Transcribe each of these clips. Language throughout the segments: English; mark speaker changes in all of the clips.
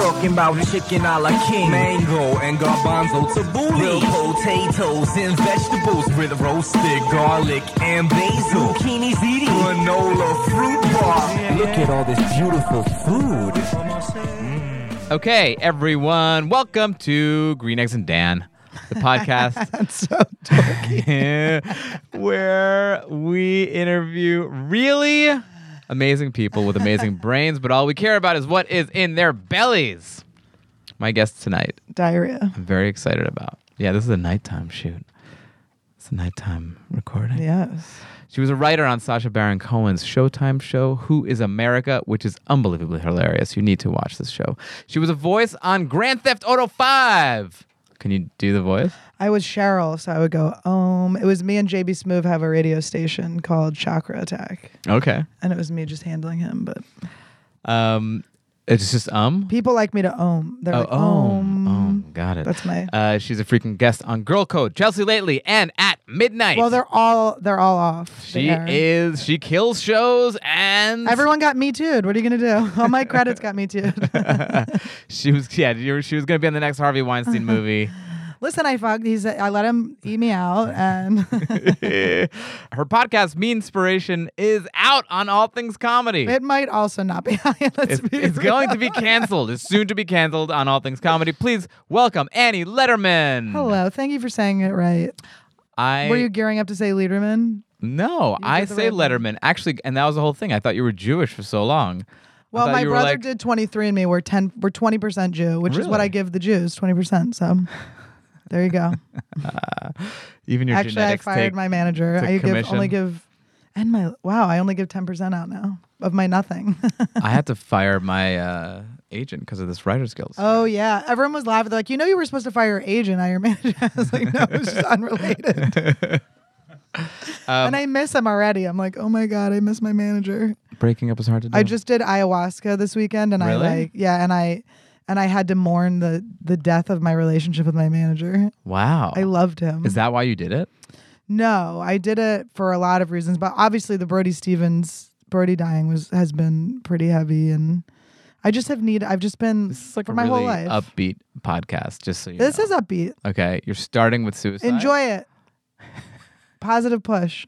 Speaker 1: talking about chicken a la king, mango and garbanzo tabbouleh, real potatoes and vegetables with roasted garlic and basil, zucchini ziti, granola fruit bar. Look at all this beautiful food.
Speaker 2: Okay, everyone, welcome to Green Eggs and Dan, the podcast where we interview really amazing people with amazing brains, but all we care about is what is in their bellies. My guest tonight,
Speaker 3: diarrhea.
Speaker 2: I'm very excited about. Yeah, this is a nighttime shoot. It's a nighttime recording.
Speaker 3: Yes.
Speaker 2: She was a writer on Sasha Baron Cohen's Showtime show, Who is America, which is unbelievably hilarious. You need to watch this show. She was a voice on Grand Theft Auto 5. Can you do the voice?
Speaker 3: I was Cheryl, so I would go, um, it was me and JB Smoove have a radio station called Chakra Attack.
Speaker 2: Okay.
Speaker 3: And it was me just handling him, but
Speaker 2: Um, it's just um.
Speaker 3: people like me to ohm. They're
Speaker 2: Oh,
Speaker 3: like,
Speaker 2: oh,
Speaker 3: ohm.
Speaker 2: oh, got it.
Speaker 3: That's my-
Speaker 2: Uh, she's a freaking guest on Girl Code, Chelsea Lately, and at midnight.
Speaker 3: Well, they're all they're all off. the
Speaker 2: she
Speaker 3: air.
Speaker 2: is. She kills shows, and
Speaker 3: Everyone got me too. What are you gonna do? All my credits got me too.
Speaker 2: She was. Yeah, you were- she was gonna be on the next Harvey Weinstein
Speaker 3: Uh-huh.
Speaker 2: movie.
Speaker 3: Listen, I fucked. He's. I let him eat me out, and
Speaker 2: Her podcast, Me Inspiration, is out on all things comedy.
Speaker 3: it might also not be. Let's
Speaker 2: it's,
Speaker 3: be
Speaker 2: it's
Speaker 3: real.
Speaker 2: going to be canceled. It's soon to be canceled on all things comedy. Please welcome Annie Letterman.
Speaker 3: Hello. Thank you for saying it right.
Speaker 2: I
Speaker 3: Were you gearing up to say Lieberman?
Speaker 2: no, I
Speaker 3: did the
Speaker 2: say
Speaker 3: right
Speaker 2: Letterman actually, and that was the whole thing. I thought you were Jewish for so long. I
Speaker 3: Well,
Speaker 2: thought
Speaker 3: my
Speaker 2: you were
Speaker 3: brother
Speaker 2: like-
Speaker 3: did 23andMe. We're 10, we're 20% Jew, which is what
Speaker 2: Really?
Speaker 3: I give the Jews, 20%. So there you go.
Speaker 2: Even your
Speaker 3: Actually, I
Speaker 2: genetics
Speaker 3: fired
Speaker 2: take-
Speaker 3: my manager.
Speaker 2: took
Speaker 3: I give, only
Speaker 2: commission.
Speaker 3: give, and my, wow, I only give 10% out now of my nothing.
Speaker 2: I had to fire my uh, agent because of this writer's guild. stuff.
Speaker 3: oh, yeah. Everyone was laughing. They're like, you know, you were supposed to fire your agent, not your manager. I was like, no, it's just unrelated.
Speaker 2: Um,
Speaker 3: and I miss him already. I'm like, oh my God, I miss my manager.
Speaker 2: Breaking up is hard to do.
Speaker 3: I just did ayahuasca this weekend, and
Speaker 2: Really?
Speaker 3: I like yeah, and I and I had to mourn the the death of my relationship with my manager.
Speaker 2: wow.
Speaker 3: I loved him.
Speaker 2: Oh. is that why you did it?
Speaker 3: no, I did it for a lot of reasons, but obviously the Brody Stevens Brody dying was has been pretty heavy, and I just have need. I've just been
Speaker 2: This is like
Speaker 3: for
Speaker 2: a
Speaker 3: my
Speaker 2: really
Speaker 3: whole life.
Speaker 2: upbeat podcast. Just so you
Speaker 3: this
Speaker 2: know.
Speaker 3: is upbeat.
Speaker 2: okay. You're starting with suicide.
Speaker 3: Enjoy it. Positive push.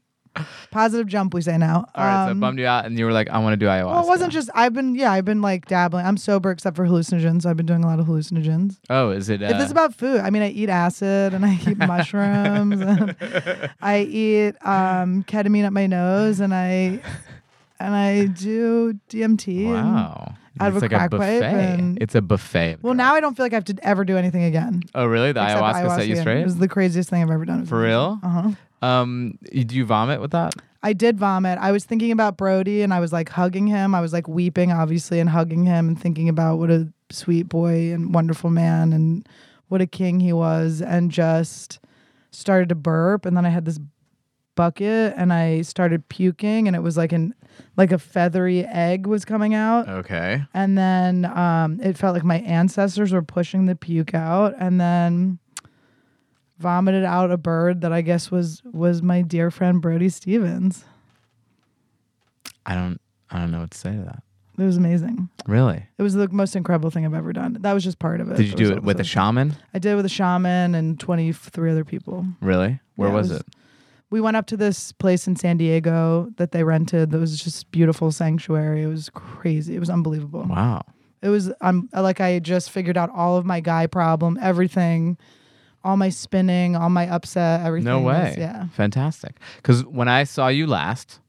Speaker 3: Positive jump, we say now.
Speaker 2: All right, so it
Speaker 3: Um,
Speaker 2: bummed you out, and you were like, "I want to do ayahuasca."
Speaker 3: well, it wasn't just. I've been, yeah, I've been like dabbling. I'm sober except for hallucinogens. So I've been doing a lot of hallucinogens.
Speaker 2: Oh, is it? Uh,
Speaker 3: If it's about food, I mean, I eat acid and I eat mushrooms and I eat um, ketamine up my nose and I and I do DMT. and-
Speaker 2: Wow.
Speaker 3: out of
Speaker 2: it's
Speaker 3: a
Speaker 2: like
Speaker 3: crack
Speaker 2: a
Speaker 3: pipe
Speaker 2: buffet.
Speaker 3: and-
Speaker 2: It's a buffet. of
Speaker 3: well,
Speaker 2: drugs.
Speaker 3: now I don't feel like I have to ever do anything again.
Speaker 2: Oh, really? The
Speaker 3: except
Speaker 2: ayahuasca, set you
Speaker 3: ayahuasca.
Speaker 2: straight?
Speaker 3: It was the craziest thing I've ever done.
Speaker 2: For real?
Speaker 3: Uh huh.
Speaker 2: Um, y- do you vomit with that?
Speaker 3: I did vomit. I was thinking about Brody and I was like hugging him. I was like weeping, obviously, and hugging him and thinking about what a sweet boy and wonderful man and what a king he was, and just started to burp. And then I had this bucket and I started puking, and it was like an like a feathery egg was coming
Speaker 2: Oh.
Speaker 3: out.
Speaker 2: Okay.
Speaker 3: And then um, it felt like my ancestors were pushing the puke out, and then vomited out a bird that I guess was was my dear friend Brody Stevens.
Speaker 2: I don't. I don't know what to say to that.
Speaker 3: It was amazing.
Speaker 2: Really?
Speaker 3: It was the most incredible thing I've ever done. That was just part of it.
Speaker 2: Did you
Speaker 3: There
Speaker 2: do
Speaker 3: was
Speaker 2: it with a
Speaker 3: also-
Speaker 2: shaman?
Speaker 3: I did it with a shaman and 23 other people.
Speaker 2: Really? Where
Speaker 3: Yeah, it
Speaker 2: was
Speaker 3: was-
Speaker 2: it?
Speaker 3: We went up to this place in San Diego that they rented. That was just beautiful sanctuary. It was crazy. It was unbelievable.
Speaker 2: Wow.
Speaker 3: It was um like I had just figured out all of my guy problem, everything, all my spinning, all my upset, everything.
Speaker 2: No way.
Speaker 3: was- yeah.
Speaker 2: Fantastic. Because when I saw you last,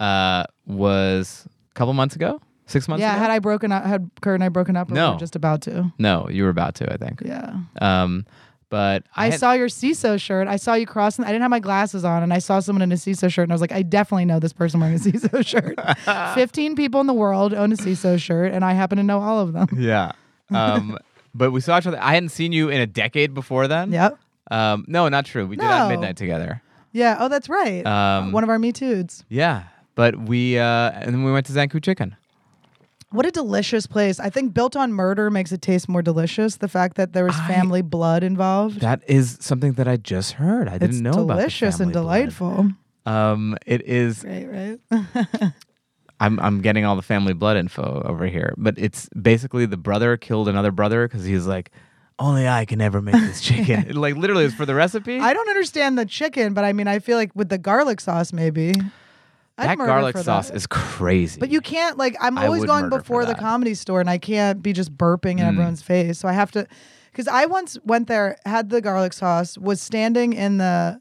Speaker 2: uh, was a couple months ago, six months.
Speaker 3: Yeah.
Speaker 2: ago?
Speaker 3: Had I broken up, had Kurt and I broken up? Or
Speaker 2: No.
Speaker 3: We were just about to.
Speaker 2: no, you were about to, I think.
Speaker 3: Yeah.
Speaker 2: Um, but I,
Speaker 3: I
Speaker 2: had-
Speaker 3: saw your CISO shirt. I saw you crossing. I didn't have my glasses on, and I saw someone in a CISO shirt, and I was like, I definitely know this person wearing a CISO shirt. Fifteen people in the world own a CISO shirt, and I happen to know all of them.
Speaker 2: Yeah. Um, But we saw each other. I hadn't seen you in a decade before then.
Speaker 3: Yep.
Speaker 2: Um, no, not true. We did on
Speaker 3: No.
Speaker 2: midnight together.
Speaker 3: Yeah. Oh, that's right.
Speaker 2: Um,
Speaker 3: One of our Me Too's.
Speaker 2: Yeah, but we uh, and then we went to Zanku Chicken.
Speaker 3: What a delicious place. I think built on murder makes it taste more delicious. The fact that there was
Speaker 2: I-
Speaker 3: family blood involved.
Speaker 2: That is something that I just heard. I
Speaker 3: it's
Speaker 2: didn't know about. the
Speaker 3: delicious
Speaker 2: family
Speaker 3: and
Speaker 2: blood.
Speaker 3: delightful.
Speaker 2: Um, it is.
Speaker 3: Right,
Speaker 2: I'm I'm getting all the family blood info over here, but it's basically the brother killed another brother because he's like, only I can ever make this chicken. like literally, it's for the recipe.
Speaker 3: I don't understand the chicken, but I mean, I feel like with the garlic sauce, maybe. I'd
Speaker 2: that
Speaker 3: murder
Speaker 2: garlic
Speaker 3: for
Speaker 2: sauce
Speaker 3: that.
Speaker 2: is crazy.
Speaker 3: But you can't like I'm
Speaker 2: I
Speaker 3: always
Speaker 2: would
Speaker 3: going
Speaker 2: murder for
Speaker 3: before the
Speaker 2: that. Mm.
Speaker 3: comedy store and I can't be just burping in everyone's face. So I have to cuz I once went there, had the garlic sauce, was standing in the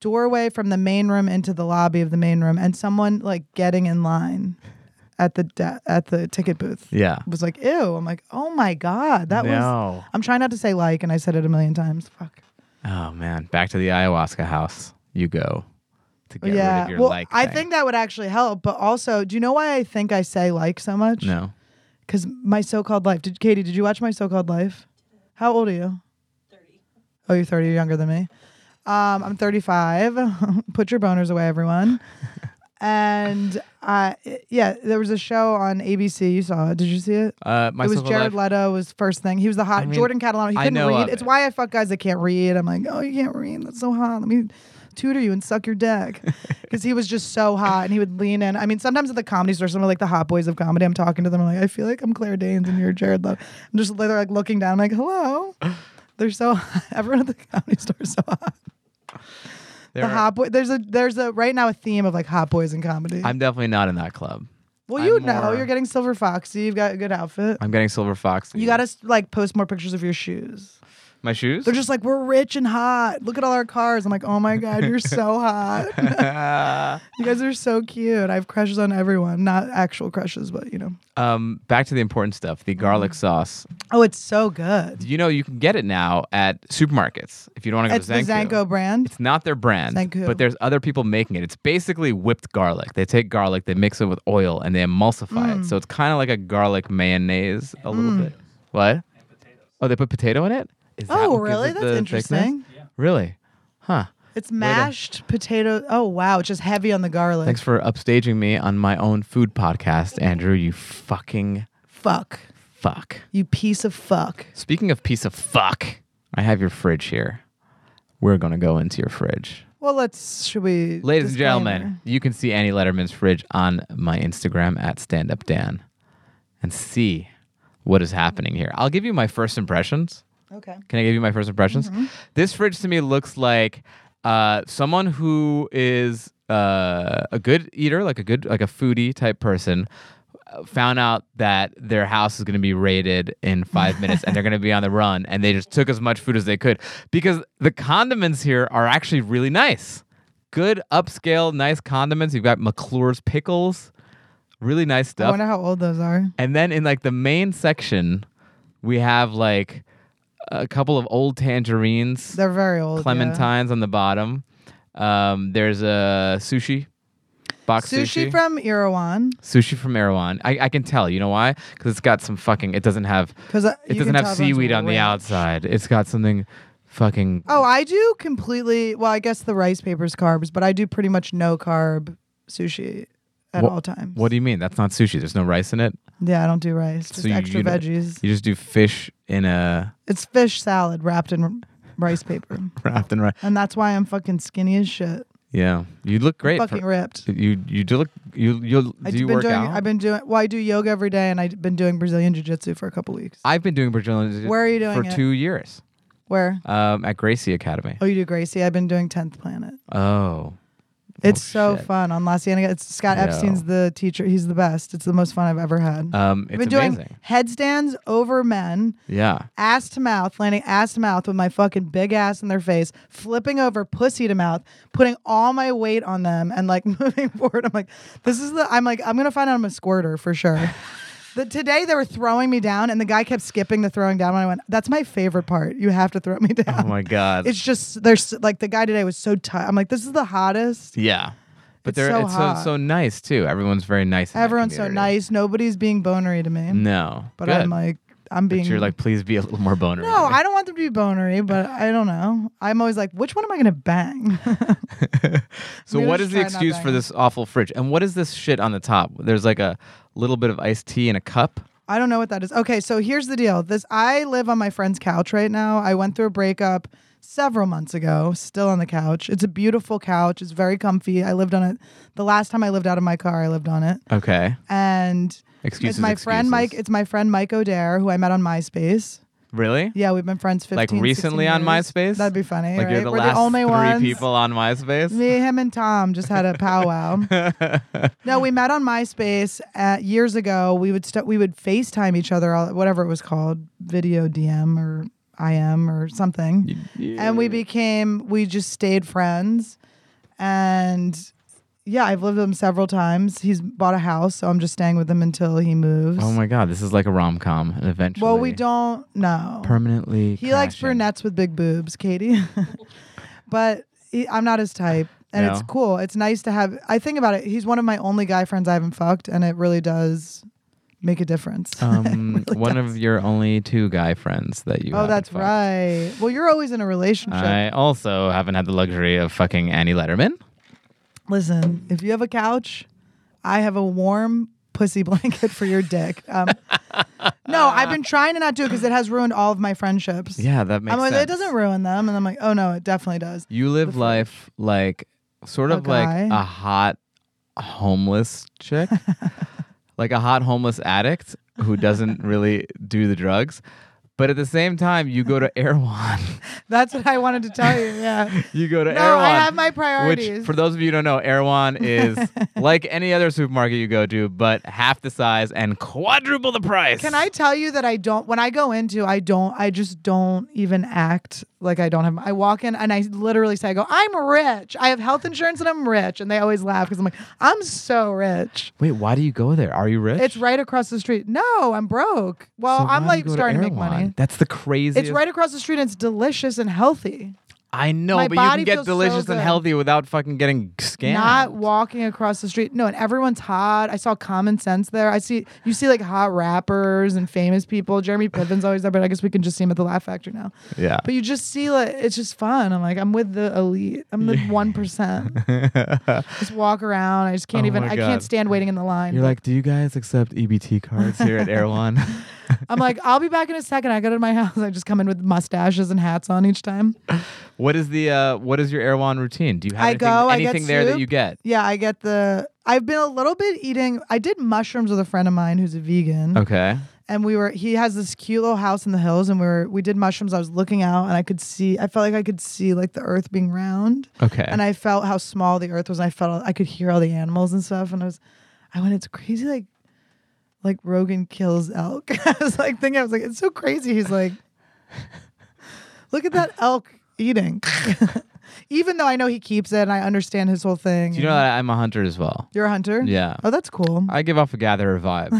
Speaker 3: doorway from the main room into the lobby of the main room and someone like getting in line at the de- at the ticket booth.
Speaker 2: Yeah.
Speaker 3: Was like, "Ew." I'm like, "Oh my god, that
Speaker 2: No.
Speaker 3: was I'm trying not to say like and I said it a million times. Fuck.
Speaker 2: Oh man, back to the ayahuasca house. You go to get rid of your
Speaker 3: well,
Speaker 2: like.
Speaker 3: I
Speaker 2: thing.
Speaker 3: think that would actually help, but also, do you know why I think I say like so much?
Speaker 2: no.
Speaker 3: Because my so-called life. Did Katie? Did you watch my so-called life? How old are you? Thirty. Oh, you're thirty. You're younger than me. Um, I'm 35. Put your boners away, everyone. and uh, it- yeah, there was a show on ABC. You saw it? Did you see it?
Speaker 2: Uh, my
Speaker 3: it was
Speaker 2: social
Speaker 3: Jared
Speaker 2: life-
Speaker 3: Leto was first thing. He was the hot
Speaker 2: I mean,
Speaker 3: Jordan Catalano. He
Speaker 2: I
Speaker 3: Oh, couldn't
Speaker 2: know
Speaker 3: read.
Speaker 2: of
Speaker 3: It's
Speaker 2: it.
Speaker 3: why I fuck guys that can't read. I'm like, oh, you can't read. That's so hot. Let me tutor you and suck your dick. Because he was just so hot, and he would lean in. I mean, sometimes at the comedy store, some of like the hot boys of comedy, I'm talking to them. I'm like, I feel like I'm Claire Danes and you're Jared Leto. I'm just they're like looking down. I'm like, hello. They're so hot. everyone at the comedy store is so hot.
Speaker 2: there
Speaker 3: the
Speaker 2: are-
Speaker 3: hot boy. There's a there's a right now a theme of like hot boys in comedy.
Speaker 2: I'm definitely not in that club.
Speaker 3: well, you
Speaker 2: I'm
Speaker 3: know,
Speaker 2: more-
Speaker 3: you're getting silver foxy. You've got a good outfit.
Speaker 2: I'm getting silver fox.
Speaker 3: you gotta like post more pictures of your shoes.
Speaker 2: my shoes.
Speaker 3: They're just like, we're rich and hot. Look at all our cars. I'm like, oh my God, you're so hot. you guys are so cute. I have crushes on everyone. Not actual crushes, but you know.
Speaker 2: um, back to the important stuff. The garlic sauce.
Speaker 3: Oh, it's so good.
Speaker 2: You know you can get it now at supermarkets if you don't want to go
Speaker 3: It's
Speaker 2: to
Speaker 3: the Zanko brand.
Speaker 2: It's not their brand,
Speaker 3: Zanko.
Speaker 2: but there's other people making it. It's basically whipped garlic. They take garlic, they mix it with oil, and they emulsify it. So
Speaker 3: Mm.
Speaker 2: it's kind of like a garlic mayonnaise a little bit. What? Oh, they put potato in it. Is
Speaker 3: Oh,
Speaker 2: what gives
Speaker 3: really?
Speaker 2: it
Speaker 3: That's
Speaker 2: the
Speaker 3: interesting.
Speaker 2: thickness? Really? Huh.
Speaker 3: It's mashed potato. Oh, wow. It's just heavy on the garlic.
Speaker 2: Thanks for upstaging me on my own food podcast, Andrew. You fucking
Speaker 3: Fuck.
Speaker 2: fuck.
Speaker 3: You piece of fuck.
Speaker 2: Speaking of piece of fuck, I have your fridge here. We're gonna go into your fridge.
Speaker 3: Well, let's, should we?
Speaker 2: Ladies and
Speaker 3: disclaimer?
Speaker 2: gentlemen, you can see Annie Letterman's fridge on my Instagram at standupdan and see what is happening here. I'll give you my first impressions.
Speaker 3: Okay.
Speaker 2: Can I give you my first impressions?
Speaker 3: Mm-hmm.
Speaker 2: This fridge to me looks like uh, someone who is uh, a good eater, like a good, like a foodie type person, uh, found out that their house is going to be raided in five minutes and they're going to be on the run, and they just took as much food as they could because the condiments here are actually really nice, good upscale, nice condiments. You've got McClure's pickles, really nice
Speaker 3: I
Speaker 2: stuff.
Speaker 3: wonder how old those are.
Speaker 2: And then in like the main section, we have like a couple of old tangerines,
Speaker 3: They're very old. yeah.
Speaker 2: clementines on the bottom. Um, there's a sushi box
Speaker 3: Sushi,
Speaker 2: sushi
Speaker 3: from Irawan.
Speaker 2: sushi from Erewhon. I, I can tell. You know why? Because it's got some fucking. It doesn't have.
Speaker 3: 'Cause, uh,
Speaker 2: it
Speaker 3: you can
Speaker 2: doesn't have
Speaker 3: tell everyone's
Speaker 2: seaweed on the
Speaker 3: ranch.
Speaker 2: outside. It's got something fucking.
Speaker 3: Oh, I do completely. Well, I guess the rice paper's carbs, but I do pretty much no carb sushi at
Speaker 2: What-
Speaker 3: all times.
Speaker 2: What do you mean? That's not sushi. There's no rice in it.
Speaker 3: yeah, I don't do rice. Just
Speaker 2: you-
Speaker 3: extra
Speaker 2: you-
Speaker 3: veggies.
Speaker 2: You just do fish in a
Speaker 3: it's fish salad wrapped in r- rice paper,
Speaker 2: wrapped in rice.
Speaker 3: and that's why I'm fucking skinny as shit.
Speaker 2: Yeah, you look great.
Speaker 3: fucking
Speaker 2: for-
Speaker 3: ripped.
Speaker 2: You you do look you you do
Speaker 3: I've
Speaker 2: you
Speaker 3: been
Speaker 2: work
Speaker 3: doing.
Speaker 2: out?
Speaker 3: I've been doing. Well, I do yoga every day, and I've been doing Brazilian jiu jitsu for a couple weeks.
Speaker 2: I've been doing Brazilian Jiu-Jitsu
Speaker 3: Where are you doing
Speaker 2: for
Speaker 3: it?
Speaker 2: two years
Speaker 3: Where?
Speaker 2: um, at Gracie Academy.
Speaker 3: Oh, you do Gracie. I've been doing Tenth Planet.
Speaker 2: Oh,
Speaker 3: It's so
Speaker 2: shit.
Speaker 3: fun on La Cienega. It's Scott
Speaker 2: Yeah.
Speaker 3: Epstein's the teacher. He's the best. It's the most fun I've ever had.
Speaker 2: um, it's
Speaker 3: I've been doing
Speaker 2: amazing.
Speaker 3: headstands over men.
Speaker 2: Yeah,
Speaker 3: ass to mouth, landing ass to mouth with my fucking big ass in their face, flipping over pussy to mouth, putting all my weight on them, and like moving forward. I'm like, this is the. I'm like, I'm gonna find out I'm a squirter for sure. The, today they were throwing me down, and the guy kept skipping the throwing down. And I went, "That's my favorite part. You have to throw me down."
Speaker 2: Oh my God.
Speaker 3: It's just there's like the guy today was so tight. I'm like, this is the hottest.
Speaker 2: yeah, but
Speaker 3: It's
Speaker 2: they're
Speaker 3: so
Speaker 2: it's so,
Speaker 3: hot.
Speaker 2: so nice too. Everyone's very nice. in that
Speaker 3: Everyone's so
Speaker 2: community.
Speaker 3: nice. Nobody's being bonery to me.
Speaker 2: No,
Speaker 3: but
Speaker 2: Good.
Speaker 3: I'm like, I'm being
Speaker 2: But you're like, please be a little more boner.
Speaker 3: No, I don't want them to be bonery, but I don't know. I'm always like, which one am I gonna bang?
Speaker 2: so
Speaker 3: maybe
Speaker 2: what
Speaker 3: we
Speaker 2: is the
Speaker 3: should try not
Speaker 2: excuse for
Speaker 3: banging.
Speaker 2: this awful fridge? And what is this shit on the top? There's like a little bit of iced tea in a cup.
Speaker 3: I don't know what that is. Okay, so here's the deal. This I live on my friend's couch right now. I went through a breakup several months ago, still on the couch. It's a beautiful couch. It's very comfy. I lived on it the last time I lived out of my car, I lived on it.
Speaker 2: Okay.
Speaker 3: And
Speaker 2: Excuses,
Speaker 3: it's my friend Mike
Speaker 2: excuses.
Speaker 3: it's my friend Mike O'Dare who I met on MySpace.
Speaker 2: Really?
Speaker 3: Yeah, we've been friends 15
Speaker 2: Like
Speaker 3: 16
Speaker 2: recently on
Speaker 3: years.
Speaker 2: MySpace?
Speaker 3: That'd be funny.
Speaker 2: Like
Speaker 3: right?
Speaker 2: you're the
Speaker 3: We're
Speaker 2: last
Speaker 3: the only
Speaker 2: three
Speaker 3: ones.
Speaker 2: people on MySpace.
Speaker 3: Me, him, and Tom just had a powwow. no, we met on MySpace at, years ago. We would st- we would FaceTime each other, all, whatever it was called, video DM or IM or something. And we became we just stayed friends, and yeah, I've lived with him several times. He's bought a house, so I'm just staying with him until he moves.
Speaker 2: Oh my god, this is like a rom com. And eventually,
Speaker 3: well, we don't know.
Speaker 2: permanently.
Speaker 3: He likes
Speaker 2: crashing.
Speaker 3: brunettes with big boobs, Katie. but he, I'm not his type. And it's
Speaker 2: No.
Speaker 3: cool. It's nice to have. I think about it. He's one of my only guy friends I haven't fucked, and it really does make a difference.
Speaker 2: Um, one of your only two guy friends that you.
Speaker 3: oh,
Speaker 2: haven't
Speaker 3: that's
Speaker 2: fucked.
Speaker 3: right. Well, you're always in a relationship.
Speaker 2: I also haven't had the luxury of fucking Annie Letterman.
Speaker 3: Listen, if you have a couch, I have a warm pussy blanket for your dick. Um, no, I've been trying to not do it because it has ruined all of my friendships.
Speaker 2: Yeah, that makes
Speaker 3: I'm like,
Speaker 2: sense.
Speaker 3: it doesn't ruin them. And I'm like, oh no, it definitely does.
Speaker 2: You live life like sort
Speaker 3: A
Speaker 2: of like
Speaker 3: guy.
Speaker 2: a hot homeless chick, like a hot homeless addict who doesn't really do the drugs. But at the same time, you go to Erewhon.
Speaker 3: That's what I wanted to tell you. Yeah.
Speaker 2: you go to
Speaker 3: No, I
Speaker 2: Erewhon.
Speaker 3: have my
Speaker 2: Which,
Speaker 3: priorities.
Speaker 2: for those of you who don't know, Erewhon is like any other supermarket you go to, but half the size and quadruple the price.
Speaker 3: Can I tell you that I don't when I go into I don't I just don't even act like I don't have I walk in and I literally say I go I'm rich. I have health insurance and I'm rich and they always laugh cuz I'm like I'm so rich.
Speaker 2: Wait, why do you go there? Are you rich?
Speaker 3: It's right across the street. No, I'm broke. Well,
Speaker 2: So why do
Speaker 3: I'm
Speaker 2: you
Speaker 3: like
Speaker 2: go
Speaker 3: starting to make
Speaker 2: Erewhon?
Speaker 3: money.
Speaker 2: That's the craziest.
Speaker 3: It's right across the street and it's delicious and healthy.
Speaker 2: I know,
Speaker 3: My
Speaker 2: but you can
Speaker 3: body
Speaker 2: get
Speaker 3: feels so
Speaker 2: delicious
Speaker 3: good.
Speaker 2: and healthy without fucking getting scammed.
Speaker 3: Not walking across the street. No, and everyone's hot. I saw common sense there. I see you see like hot rappers and famous people. Jeremy Piven's always there, but I guess we can just see him at the Laugh Factory now.
Speaker 2: yeah.
Speaker 3: But you just see like it's just fun. I'm like, I'm with the elite. I'm the one percent. just walk around. I just can't
Speaker 2: Oh
Speaker 3: even
Speaker 2: my
Speaker 3: I
Speaker 2: God.
Speaker 3: can't stand waiting in the line.
Speaker 2: You're like, do you guys accept EBT cards here at Erewhon?
Speaker 3: I'm like, I'll be back in a second. I go to my house. I just come in with mustaches and hats on each time.
Speaker 2: what is the uh, what is your Erewhon routine? Do you have
Speaker 3: I
Speaker 2: anything,
Speaker 3: go, I get
Speaker 2: anything there that
Speaker 3: soup.
Speaker 2: you get?
Speaker 3: Yeah, I get the I've been a little bit eating I did mushrooms with a friend of mine who's a vegan.
Speaker 2: Okay.
Speaker 3: and we were he has this cute little house in the hills and we were we did mushrooms i was looking out and i could see i felt like i could see like the earth being round
Speaker 2: Okay.
Speaker 3: and i felt how small the earth was and i felt i could hear all the animals and stuff and i was i went it's crazy like like rogan kills elk i was like thinking i was like it's so crazy he's like look at that elk eating even though i know he keeps it and i understand his whole thing
Speaker 2: do you know that I'm a hunter as well?
Speaker 3: you're a hunter
Speaker 2: Yeah.
Speaker 3: oh that's cool
Speaker 2: I give off a gatherer vibe,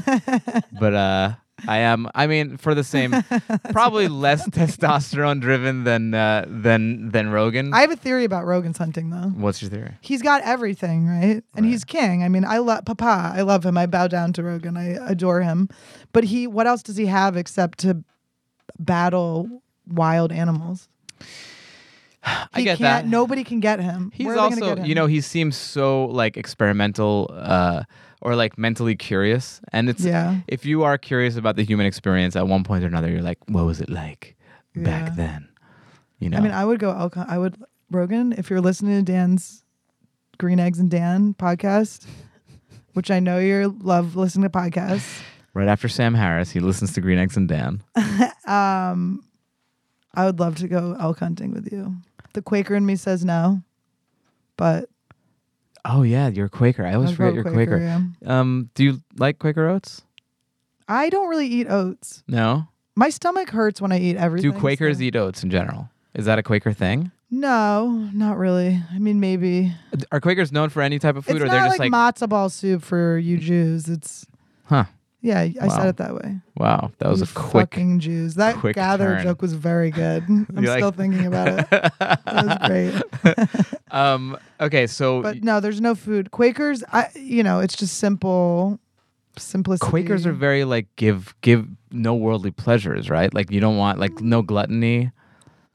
Speaker 2: but uh, I am. I mean, for the same, probably less testosterone driven than uh, than than Rogan.
Speaker 3: i have a theory about rogan's hunting though
Speaker 2: What's your theory?
Speaker 3: he's got everything, right? And he's king. I mean, I love Papa. I love him. I bow down to Rogan. I adore him. But he, what else does he have except to battle wild animals?
Speaker 2: I
Speaker 3: He
Speaker 2: get
Speaker 3: can't,
Speaker 2: that.
Speaker 3: Nobody can get him.
Speaker 2: He's
Speaker 3: Where are they gonna
Speaker 2: also,
Speaker 3: get him?
Speaker 2: you know, he seems so like experimental uh, or like mentally curious. And it's,
Speaker 3: Yeah.
Speaker 2: if you are curious about the human experience at one point or another, you're like, what was it like
Speaker 3: Yeah.
Speaker 2: back then? You know,
Speaker 3: I mean, I would go elk. hunt- I would Rogan. If you're listening to Dan's Green Eggs and Dan podcast, which I know you love listening to podcasts,
Speaker 2: right after Sam Harris, he listens to Green Eggs and Dan.
Speaker 3: I would love to go elk hunting with you. The Quaker in me says no, but
Speaker 2: oh, yeah, you're a Quaker. I always
Speaker 3: I
Speaker 2: forget
Speaker 3: vote
Speaker 2: you're
Speaker 3: Quaker,
Speaker 2: Quaker.
Speaker 3: yeah.
Speaker 2: Um, do you like Quaker oats?
Speaker 3: I don't really eat oats.
Speaker 2: No.
Speaker 3: My stomach hurts when I eat everything.
Speaker 2: Do Quakers eat oats in general? Is that a Quaker thing?
Speaker 3: No, not really. I mean, maybe
Speaker 2: Are Quakers known for any type of food,
Speaker 3: it's
Speaker 2: or
Speaker 3: not
Speaker 2: they're just
Speaker 3: like,
Speaker 2: like,
Speaker 3: matzo ball soup for you Jews. It's
Speaker 2: huh?
Speaker 3: yeah, I
Speaker 2: Wow.
Speaker 3: said it that way.
Speaker 2: Wow, that was
Speaker 3: You
Speaker 2: a quick.
Speaker 3: fucking Jews. That
Speaker 2: quick
Speaker 3: gather
Speaker 2: turn.
Speaker 3: joke was very good. I'm
Speaker 2: You like-
Speaker 3: still thinking about it. That was great.
Speaker 2: Um, okay, so
Speaker 3: But no, there's no food. Quakers, I you know, it's just simple. simplicity.
Speaker 2: Quakers are very like give give no worldly pleasures, right? Like you don't want like no gluttony,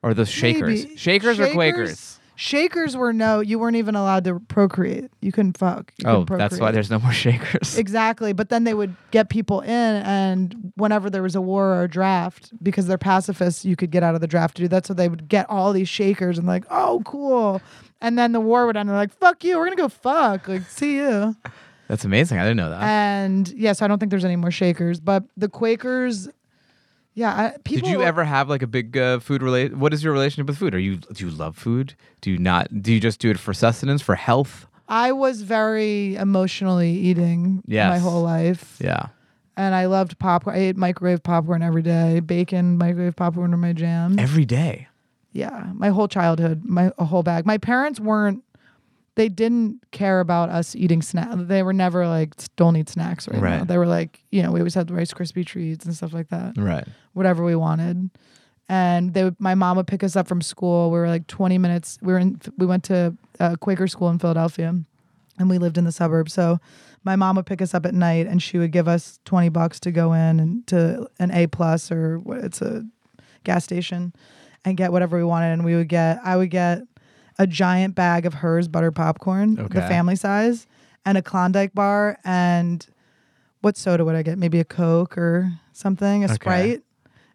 Speaker 2: or those shakers,
Speaker 3: Maybe.
Speaker 2: shakers or Quakers.
Speaker 3: Shakers were no, you weren't even allowed to procreate. You couldn't fuck. You
Speaker 2: Oh,
Speaker 3: couldn't
Speaker 2: that's why
Speaker 3: procreate.
Speaker 2: there's no more shakers.
Speaker 3: Exactly. But then they would get people in, and whenever there was a war or a draft, because they're pacifists, you could get out of the draft to do that. So they would get all these shakers and, like, oh, cool. And then the war would end. And they're like, fuck you. We're going to go fuck. Like, see you.
Speaker 2: That's amazing. I didn't know that.
Speaker 3: And yes, I don't think there's any more shakers, but the Quakers, yeah. I, people,
Speaker 2: Did you ever have like a big uh, food relate? What is your relationship with food? Are you do you love food? Do you not? Do you just do it for sustenance for health?
Speaker 3: I was very emotionally eating
Speaker 2: Yes.
Speaker 3: my whole life.
Speaker 2: Yeah.
Speaker 3: And I loved popcorn. I ate microwave popcorn every day. Bacon, microwave popcorn were my jam.
Speaker 2: Every day.
Speaker 3: yeah my whole childhood my a whole bag my parents weren't they didn't care about us eating snacks they were never like don't eat snacks right, now
Speaker 2: Right.
Speaker 3: they were like you know we always had the rice krispie treats and stuff like that
Speaker 2: Right.
Speaker 3: whatever we wanted and they would, my mom would pick us up from school we were like 20 minutes we were in we went to uh, quaker school in philadelphia and we lived in the suburbs so my mom would pick us up at night and she would give us 20 bucks to go in and to an a plus or what it's a gas station and get whatever we wanted and we would get i would get a giant bag of hers butter popcorn the
Speaker 2: Okay.
Speaker 3: family size and a klondike bar and what soda would i get maybe a coke or something a sprite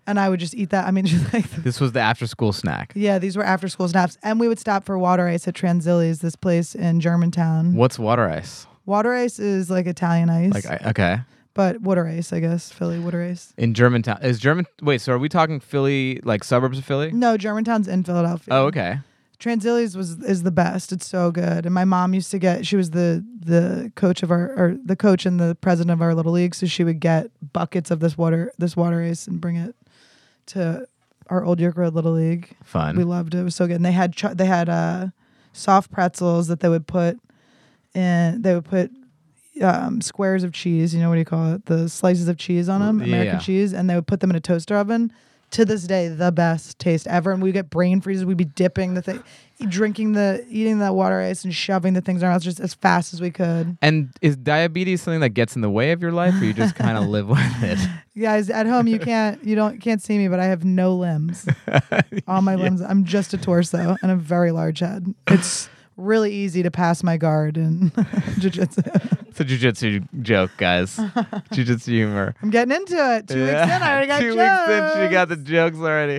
Speaker 3: and i would just eat that i mean just like
Speaker 2: This was the after school snack.
Speaker 3: yeah these were after school snaps and we would stop for water ice at transilli's this place in germantown
Speaker 2: What's water ice?
Speaker 3: Water ice is like Italian ice,
Speaker 2: Like I, okay.
Speaker 3: but water ice, I guess. Philly water ice.
Speaker 2: In Germantown. Is German wait, so are we talking Philly like suburbs of Philly?
Speaker 3: No, Germantown's in Philadelphia.
Speaker 2: Oh, okay.
Speaker 3: Transilli's was is the best. It's so good. And my mom used to get. She was the the coach of our or the coach and the president of our little league, so she would get buckets of this water this water ice and bring it to our Old York Road little league.
Speaker 2: Fun.
Speaker 3: We loved it. It was so good. And they had ch- they had uh, soft pretzels that they would put in. They would put um, squares of cheese. You know what do you call it? The slices of cheese on them,
Speaker 2: yeah,
Speaker 3: American
Speaker 2: yeah.
Speaker 3: cheese, and they would put them in a toaster oven. To this day, the best taste ever. And we get brain freezes. We'd be dipping the thing, drinking the, eating that water ice, and shoving the things in our mouths just as fast as we could.
Speaker 2: and is diabetes something that gets in the way of your life or you just kind of live with it?
Speaker 3: Guys, at home you can't, you don't, can't see me, but I have no limbs. All my limbs, I'm just a torso and a very large head. It's really easy to pass my guard in jujitsu.
Speaker 2: It's a jujitsu joke, guys. jujitsu humor.
Speaker 3: I'm getting into it. Two weeks in, I already got
Speaker 2: Two weeks in, she
Speaker 3: jokes.
Speaker 2: got the jokes already.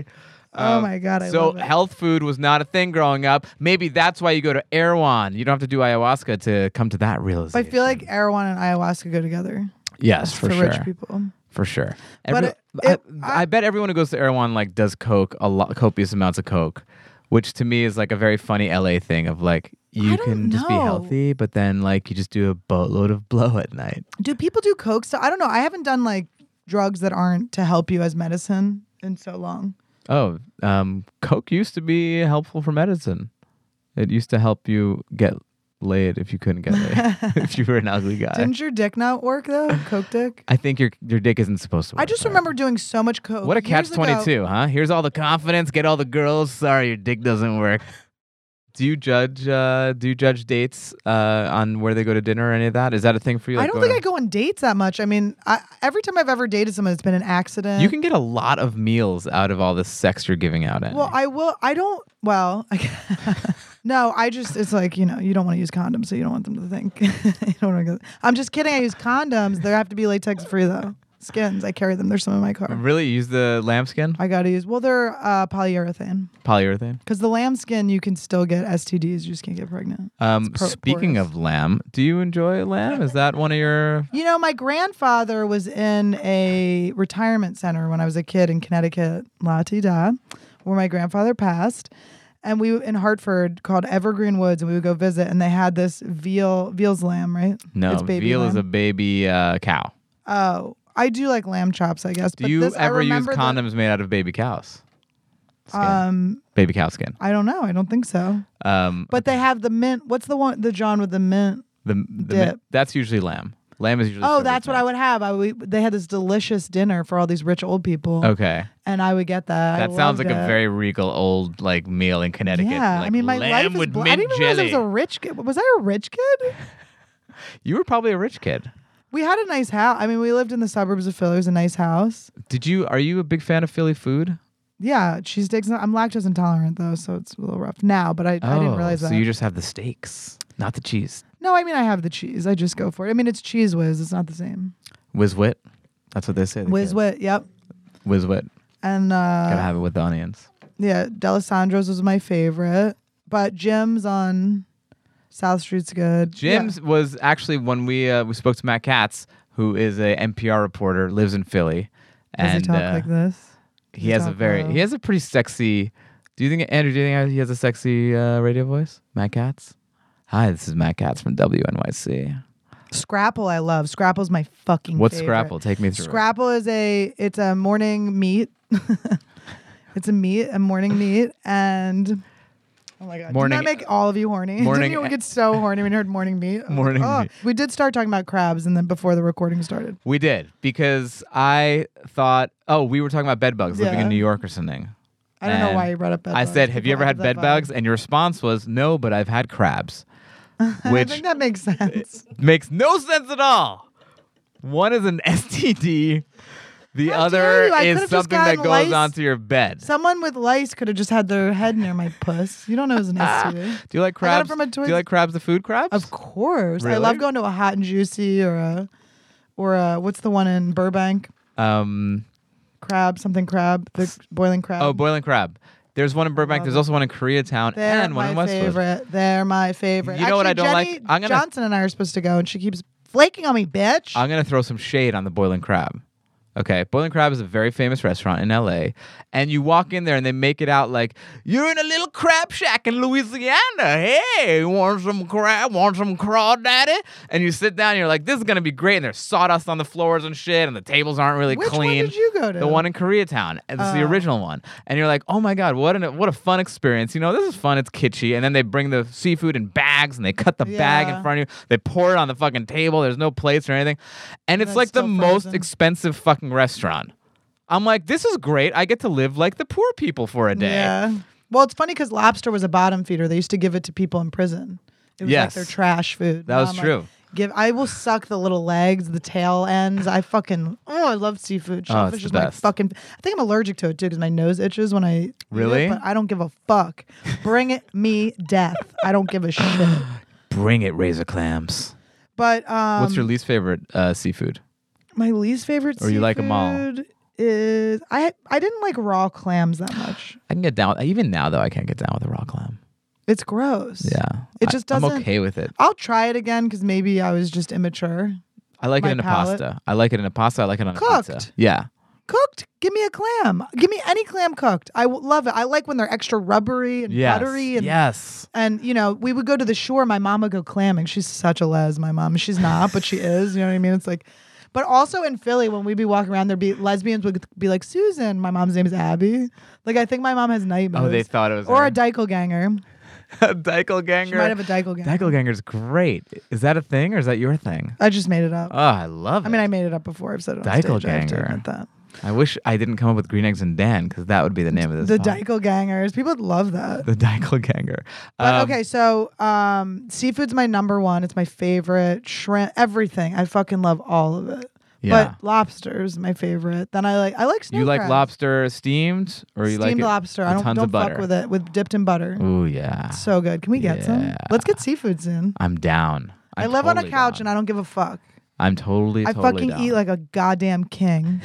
Speaker 2: Um,
Speaker 3: Oh my God, I
Speaker 2: so
Speaker 3: love it.
Speaker 2: health food was not a thing growing up. Maybe that's why you go to Erewhon. You don't have to do ayahuasca to come to that
Speaker 3: I
Speaker 2: realization.
Speaker 3: feel like Erewhon and ayahuasca go together
Speaker 2: yes, for
Speaker 3: for
Speaker 2: sure,
Speaker 3: rich people.
Speaker 2: for sure.
Speaker 3: But
Speaker 2: Every-
Speaker 3: it- it-
Speaker 2: I, I bet everyone who goes to Erewhon like does coke a lot, copious amounts of coke, which to me is like a very funny LA thing of like you
Speaker 3: don't
Speaker 2: can just be
Speaker 3: know.
Speaker 2: healthy, but then like you just do a boatload of blow at night.
Speaker 3: Do people do coke stuff? I don't know. I haven't done like drugs that aren't to help you as medicine in so long.
Speaker 2: Oh, um, coke used to be helpful for medicine. It used to help you get laid if you couldn't get laid if you were an ugly guy.
Speaker 3: Didn't your dick not work though? Coke dick.
Speaker 2: I think your your dick isn't supposed to. Work
Speaker 3: I just
Speaker 2: there.
Speaker 3: remember doing so much coke.
Speaker 2: What a
Speaker 3: Oh, years
Speaker 2: catch
Speaker 3: ago.
Speaker 2: twenty two, huh? Here's all the confidence, get all the girls. Sorry, your dick doesn't work. Do you judge? Uh, do you judge dates uh, on where they go to dinner or any of that? Is that a thing for you?
Speaker 3: I
Speaker 2: like, uh,
Speaker 3: don't
Speaker 2: going
Speaker 3: think I go on dates that much. I mean, I, every time I've ever dated someone, it's been an accident.
Speaker 2: You can get a lot of meals out of all this sex you're giving out. Andy.
Speaker 3: Well, I will. I don't. Well, I, no. I just. It's like you know. You don't want to use condoms, so you don't want them to think. you don't want to. I'm just kidding. I use condoms. They have to be latex free though. Skins. I carry them. There's some in my car.
Speaker 2: really you use the lambskin
Speaker 3: I gotta use. Well, they're uh, polyurethane.
Speaker 2: polyurethane.
Speaker 3: Because the lambskin, you can still get STDs. You just can't get pregnant.
Speaker 2: Um,
Speaker 3: It's pro-
Speaker 2: speaking
Speaker 3: porous.
Speaker 2: of lamb, do you enjoy lamb? Is that one of your?
Speaker 3: You know, my grandfather was in a retirement center when I was a kid in Connecticut, La Ti Da, where my grandfather passed. And we in Hartford called Evergreen Woods, and we would go visit. And they had this veal, veal's lamb, right?
Speaker 2: No,
Speaker 3: it's baby
Speaker 2: veal
Speaker 3: lamb.
Speaker 2: is a baby uh, cow.
Speaker 3: Oh, I do like lamb chops, I guess.
Speaker 2: Do
Speaker 3: but
Speaker 2: you
Speaker 3: this, I
Speaker 2: ever use
Speaker 3: remember the-
Speaker 2: condoms made out of baby cows? Skin.
Speaker 3: um,
Speaker 2: baby cow skin.
Speaker 3: I don't know. I don't think so.
Speaker 2: Um,
Speaker 3: But they have the mint. What's the one? The John with the mint.
Speaker 2: the, the
Speaker 3: dip.
Speaker 2: mi- that's usually lamb. Lamb is usually.
Speaker 3: Oh,
Speaker 2: served
Speaker 3: that's
Speaker 2: with
Speaker 3: what I would have. I would, they had this delicious dinner for all these rich old people.
Speaker 2: lamb. Okay,
Speaker 3: and I would get that. I
Speaker 2: that sounds like
Speaker 3: loved
Speaker 2: a
Speaker 3: it.
Speaker 2: very regal old like meal in Connecticut.
Speaker 3: yeah.
Speaker 2: like,
Speaker 3: I mean, my
Speaker 2: lamb
Speaker 3: life is.
Speaker 2: with
Speaker 3: bl- I
Speaker 2: mint
Speaker 3: didn't realize I
Speaker 2: jelly.
Speaker 3: was a rich kid. Was I a rich kid?
Speaker 2: you were probably a rich kid.
Speaker 3: We had a nice house. I mean, we lived in the suburbs of Philly. It was a nice house.
Speaker 2: Did you? Are you a big fan of Philly food?
Speaker 3: Yeah, cheesesteaks. I'm lactose intolerant though, so it's a little rough now. But I, I didn't realize
Speaker 2: Oh, so
Speaker 3: that.
Speaker 2: you just have the steaks, not the cheese.
Speaker 3: no, I mean I have the cheese. I just go for it. I mean it's cheese whiz. It's not the same.
Speaker 2: Whiz wit. That's what they say. the
Speaker 3: Whiz
Speaker 2: kids.
Speaker 3: wit. Yep.
Speaker 2: Whiz wit.
Speaker 3: And
Speaker 2: Gotta
Speaker 3: uh,
Speaker 2: have it with the onions.
Speaker 3: yeah, Delisandro's was my favorite, but Jim's on South Street's good. Yeah.
Speaker 2: Jim's was actually when we uh, we spoke to Matt Katz, who is a NPR reporter, lives in Philly,
Speaker 3: Does
Speaker 2: and
Speaker 3: he talk
Speaker 2: uh,
Speaker 3: like this?
Speaker 2: he,
Speaker 3: he
Speaker 2: has a
Speaker 3: talk
Speaker 2: very
Speaker 3: loud?
Speaker 2: he has a pretty sexy. Do you think Andrew? Do you think he has a sexy uh, radio voice? Matt Katz. Hi, this is Matt Katz from WNYC.
Speaker 3: Scrapple, I love. Scrapple's my fucking.
Speaker 2: What's
Speaker 3: favorite.
Speaker 2: Scrapple? Take me through. it.
Speaker 3: Scrapple is a it's a morning meat. it's a meat, a morning meat, and oh my god,
Speaker 2: Morning-
Speaker 3: didn't that make all of you horny?
Speaker 2: Morning-
Speaker 3: didn't you get so horny when you heard morning meat? I was
Speaker 2: Morning
Speaker 3: like, oh.
Speaker 2: meat.
Speaker 3: We did start talking about crabs, and then before the recording started,
Speaker 2: We did because I thought, oh, we were talking about bed bugs living
Speaker 3: Yeah.
Speaker 2: in New York or something.
Speaker 3: I don't know
Speaker 2: And
Speaker 3: why you brought up bed.
Speaker 2: I
Speaker 3: bugs.
Speaker 2: said, "Have you
Speaker 3: People
Speaker 2: ever had
Speaker 3: have that
Speaker 2: bed
Speaker 3: vibe.
Speaker 2: bugs?" And your response was, "No, but I've had crabs,"
Speaker 3: I
Speaker 2: which
Speaker 3: think that makes sense.
Speaker 2: makes no sense at all. One is an STD, the
Speaker 3: How
Speaker 2: other
Speaker 3: dare you? I
Speaker 2: is
Speaker 3: could've just
Speaker 2: something that
Speaker 3: gotten
Speaker 2: goes
Speaker 3: lice.
Speaker 2: onto your bed.
Speaker 3: Someone with lice could have just had their head near my puss. You don't know it was an STD.
Speaker 2: Do you like
Speaker 3: I got it
Speaker 2: crabs?
Speaker 3: from a
Speaker 2: Do
Speaker 3: toy-
Speaker 2: you like crabs? The food crabs?
Speaker 3: Of course, I
Speaker 2: Really?
Speaker 3: love going to a hot and juicy or a or a what's the one in Burbank?
Speaker 2: um,
Speaker 3: crab, something crab, the boiling crab.
Speaker 2: oh, boiling crab. There's one in Burbank. There's also one in Koreatown
Speaker 3: They're
Speaker 2: and one
Speaker 3: my
Speaker 2: in Westwood.
Speaker 3: favorite. They're my favorite.
Speaker 2: You know what I
Speaker 3: Actually,
Speaker 2: don't like?
Speaker 3: Jenny
Speaker 2: I'm gonna-
Speaker 3: Johnson and I are supposed to go, and she keeps flaking on me, bitch.
Speaker 2: I'm gonna throw some shade on the Boiling Crab. Okay, Boiling Crab is a very famous restaurant in LA, and you walk in there and they make it out like you're in a little crab shack in Louisiana. Hey, you want some crab? Want some crawdaddy? And you sit down, and you're like, this is gonna be great. And there's sawdust on the floors and shit, and the tables aren't really
Speaker 3: Which one
Speaker 2: clean.
Speaker 3: did you go to?
Speaker 2: The one in Koreatown. And this
Speaker 3: Oh.
Speaker 2: is the original one. And you're like, oh my god, what an what a fun experience. You know, this is fun. It's kitschy. And then they bring the seafood in bags and they cut the bag in
Speaker 3: Yeah.
Speaker 2: front of you. They pour it on the fucking table. There's no plates or anything. And it's
Speaker 3: that's
Speaker 2: like the
Speaker 3: still
Speaker 2: most
Speaker 3: frozen.
Speaker 2: expensive fucking restaurant. I'm like, this is great. I get to live like the poor people for a day.
Speaker 3: yeah. Well, it's funny because lobster was a bottom feeder. They used to give it to people in prison. It was
Speaker 2: Yes.
Speaker 3: like their trash food.
Speaker 2: That was
Speaker 3: Mom, like,
Speaker 2: true.
Speaker 3: Give I will suck the little legs, the tail ends. I fucking oh, I love seafood. Shellfish
Speaker 2: the
Speaker 3: is my
Speaker 2: best.
Speaker 3: fucking. I think I'm allergic to it too because my nose itches when I eat it,
Speaker 2: Really?
Speaker 3: but I don't give a fuck. Bring it me death. I don't give a shit.
Speaker 2: Bring it, razor clams.
Speaker 3: But um,
Speaker 2: What's your least favorite uh, seafood?
Speaker 3: my least favorite?
Speaker 2: Or you like 'em all?
Speaker 3: seafood Is I I didn't like raw clams that much.
Speaker 2: I can get down even now though. I can't get down with a raw clam.
Speaker 3: It's gross.
Speaker 2: Yeah,
Speaker 3: It just
Speaker 2: I, I'm
Speaker 3: doesn't-
Speaker 2: okay with it.
Speaker 3: I'll try it again because maybe I was just immature.
Speaker 2: I like it
Speaker 3: my
Speaker 2: in a
Speaker 3: palate.
Speaker 2: pasta. I like it in a pasta. I like it on a pizza.
Speaker 3: Cooked.
Speaker 2: Yeah.
Speaker 3: Cooked, give me a clam. Give me any clam cooked. I w- love it. I like when they're extra rubbery and
Speaker 2: Yes.
Speaker 3: buttery and
Speaker 2: yes.
Speaker 3: and you know we would go to the shore. My mom would go clamming. She's such a les. My mom, she's not, but she is. You know what I mean? It's like. But also in Philly, when we'd be walking around, there'd be lesbians would be like Susan. My mom's name is Abby. Like I think my mom has nightmares.
Speaker 2: Oh, they thought it was
Speaker 3: or
Speaker 2: her.
Speaker 3: a Dykelganger.
Speaker 2: a Dykelganger.
Speaker 3: She might have a Dykelganger.
Speaker 2: Dykelganger's great. Is that a thing or is that your thing?
Speaker 3: I just made it up.
Speaker 2: Oh, I love it.
Speaker 3: I mean, I made it up before. I've said it on stage. I have to
Speaker 2: Dykelganger.
Speaker 3: admit that.
Speaker 2: I wish I didn't come up with Green Eggs and Dan because that would be the name of this.
Speaker 3: The
Speaker 2: pod.
Speaker 3: Dykelgangers. People would love that.
Speaker 2: The Dykelganger.
Speaker 3: But
Speaker 2: Um,
Speaker 3: okay, so um, seafood's my number one. It's my favorite. Shrimp, everything. I fucking love all of it.
Speaker 2: Yeah.
Speaker 3: But lobster's my favorite. Then I like I like snow
Speaker 2: You like
Speaker 3: crabs.
Speaker 2: lobster steamed or you
Speaker 3: steamed
Speaker 2: like it
Speaker 3: lobster. I
Speaker 2: with
Speaker 3: don't
Speaker 2: tons
Speaker 3: don't
Speaker 2: of butter?
Speaker 3: fuck with it with dipped in butter.
Speaker 2: Ooh yeah.
Speaker 3: So good. Can we get some?
Speaker 2: Yeah.
Speaker 3: Let's get seafood soon.
Speaker 2: I'm down.
Speaker 3: i
Speaker 2: I'm
Speaker 3: live on a
Speaker 2: totally
Speaker 3: couch
Speaker 2: down.
Speaker 3: and I don't give a fuck.
Speaker 2: I'm totally.
Speaker 3: I
Speaker 2: totally
Speaker 3: fucking
Speaker 2: down.
Speaker 3: eat like a goddamn king.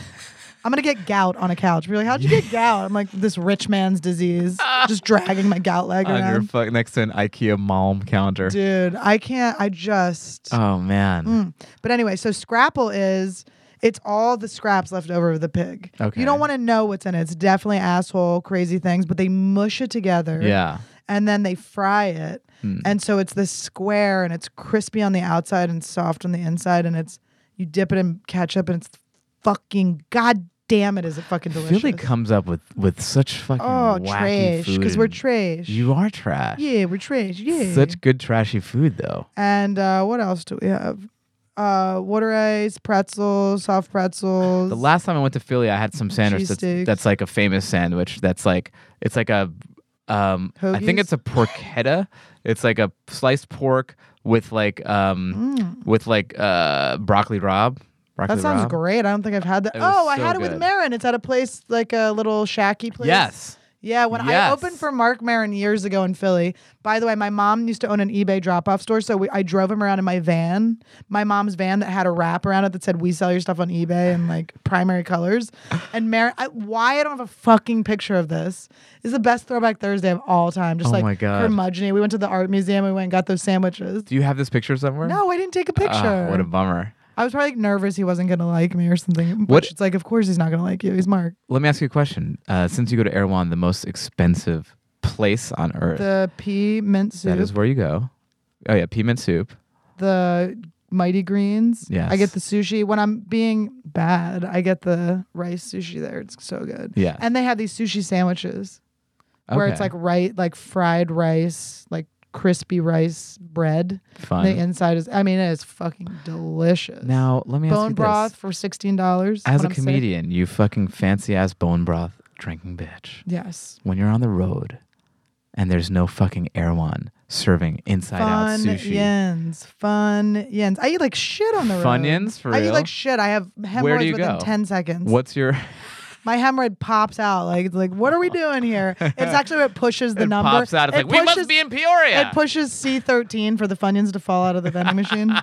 Speaker 3: I'm gonna get gout on a couch. We're like, how'd you get gout? I'm like, this rich man's disease, just dragging my gout leg
Speaker 2: on your
Speaker 3: around.
Speaker 2: fuck next to an IKEA malm counter.
Speaker 3: Dude, Mm, I can't. I just.
Speaker 2: Oh man.
Speaker 3: But anyway, so scrapple is it's all the scraps left over of the pig.
Speaker 2: Okay.
Speaker 3: You don't want to know what's in it. It's definitely asshole, crazy things, but they mush it together.
Speaker 2: Yeah. Hmm.
Speaker 3: And then they fry it. And so it's this square and it's crispy on the outside and soft on the inside. And it's, you dip it in ketchup and it's fucking, god damn it, is it fucking delicious.
Speaker 2: Philly comes up with with such fucking
Speaker 3: oh,
Speaker 2: wacky
Speaker 3: trash.
Speaker 2: food.
Speaker 3: Because we're
Speaker 2: and-
Speaker 3: trash.
Speaker 2: You are trash.
Speaker 3: yeah, we're trash. Yeah.
Speaker 2: Such good trashy food though.
Speaker 3: And uh, what else do we have? Uh, water ice, pretzels, soft pretzels.
Speaker 2: The last time I went to Philly, I had some sandwich that's,
Speaker 3: Cheesesteaks.
Speaker 2: that's like a famous sandwich. That's like it's like a um I think
Speaker 3: Hoagies?
Speaker 2: it's a porchetta. it's like a sliced pork with like um with like uh broccoli Rob. Broccoli
Speaker 3: Mm. That sounds
Speaker 2: Rob.
Speaker 3: great. I don't think I've had that.
Speaker 2: It was
Speaker 3: Oh, I
Speaker 2: so
Speaker 3: had it with
Speaker 2: good.
Speaker 3: Marin. It's at a place like a little shacky place.
Speaker 2: Yes.
Speaker 3: Yeah, when I
Speaker 2: Yes.
Speaker 3: opened for Mark Marin years ago in Philly. By the way, my mom used to own an eBay drop-off store, so we, I drove him around in my van, my mom's van that had a wrap around it that said "We sell your stuff on eBay" in like primary colors. And Marin, I, why I don't have a fucking picture of this is the best Throwback Thursday of all time. Just
Speaker 2: Oh
Speaker 3: like
Speaker 2: my God.
Speaker 3: curmudgeon-y. We went to the art museum. We went and got those sandwiches.
Speaker 2: Do you have this picture somewhere?
Speaker 3: No, I didn't take a
Speaker 2: Ah,
Speaker 3: picture.
Speaker 2: what a bummer.
Speaker 3: I was probably like, nervous he wasn't gonna like me or something.
Speaker 2: What-
Speaker 3: Which it's like, of course he's not gonna like you. He's Mark.
Speaker 2: Let me ask you a question. Uh, since you go to Erewhon, the most expensive place on earth,
Speaker 3: The pea mint soup,
Speaker 2: that is where you go. Oh yeah, piment soup.
Speaker 3: the mighty greens.
Speaker 2: Yes.
Speaker 3: I get the sushi when I'm being bad. I get the rice sushi there. It's so good.
Speaker 2: Yeah.
Speaker 3: And they have these sushi sandwiches where it's
Speaker 2: Okay.
Speaker 3: like right, like fried rice, like crispy rice bread.
Speaker 2: Fun.
Speaker 3: The inside is, I mean, it is fucking delicious.
Speaker 2: Now let me ask
Speaker 3: bone
Speaker 2: you
Speaker 3: broth
Speaker 2: this:
Speaker 3: for sixteen dollars
Speaker 2: as a comedian, you fucking fancy ass bone broth drinking bitch.
Speaker 3: Yes.
Speaker 2: When you're on the road, and there's no fucking Erewhon serving inside out
Speaker 3: Fun
Speaker 2: sushi.
Speaker 3: yens, fun yens. I eat like shit on the road.
Speaker 2: Funyuns? For
Speaker 3: I eat
Speaker 2: real?
Speaker 3: like shit. I have hemorrhoids
Speaker 2: do you
Speaker 3: within
Speaker 2: go?
Speaker 3: ten seconds.
Speaker 2: What's your
Speaker 3: My hemorrhoid pops out. Like it's like, what are we doing here? It's actually what pushes the
Speaker 2: it
Speaker 3: number.
Speaker 2: pops out? It's
Speaker 3: It
Speaker 2: like we
Speaker 3: pushes-
Speaker 2: must be in Peoria.
Speaker 3: It pushes C thirteen for the Funyuns to fall out of the vending machine.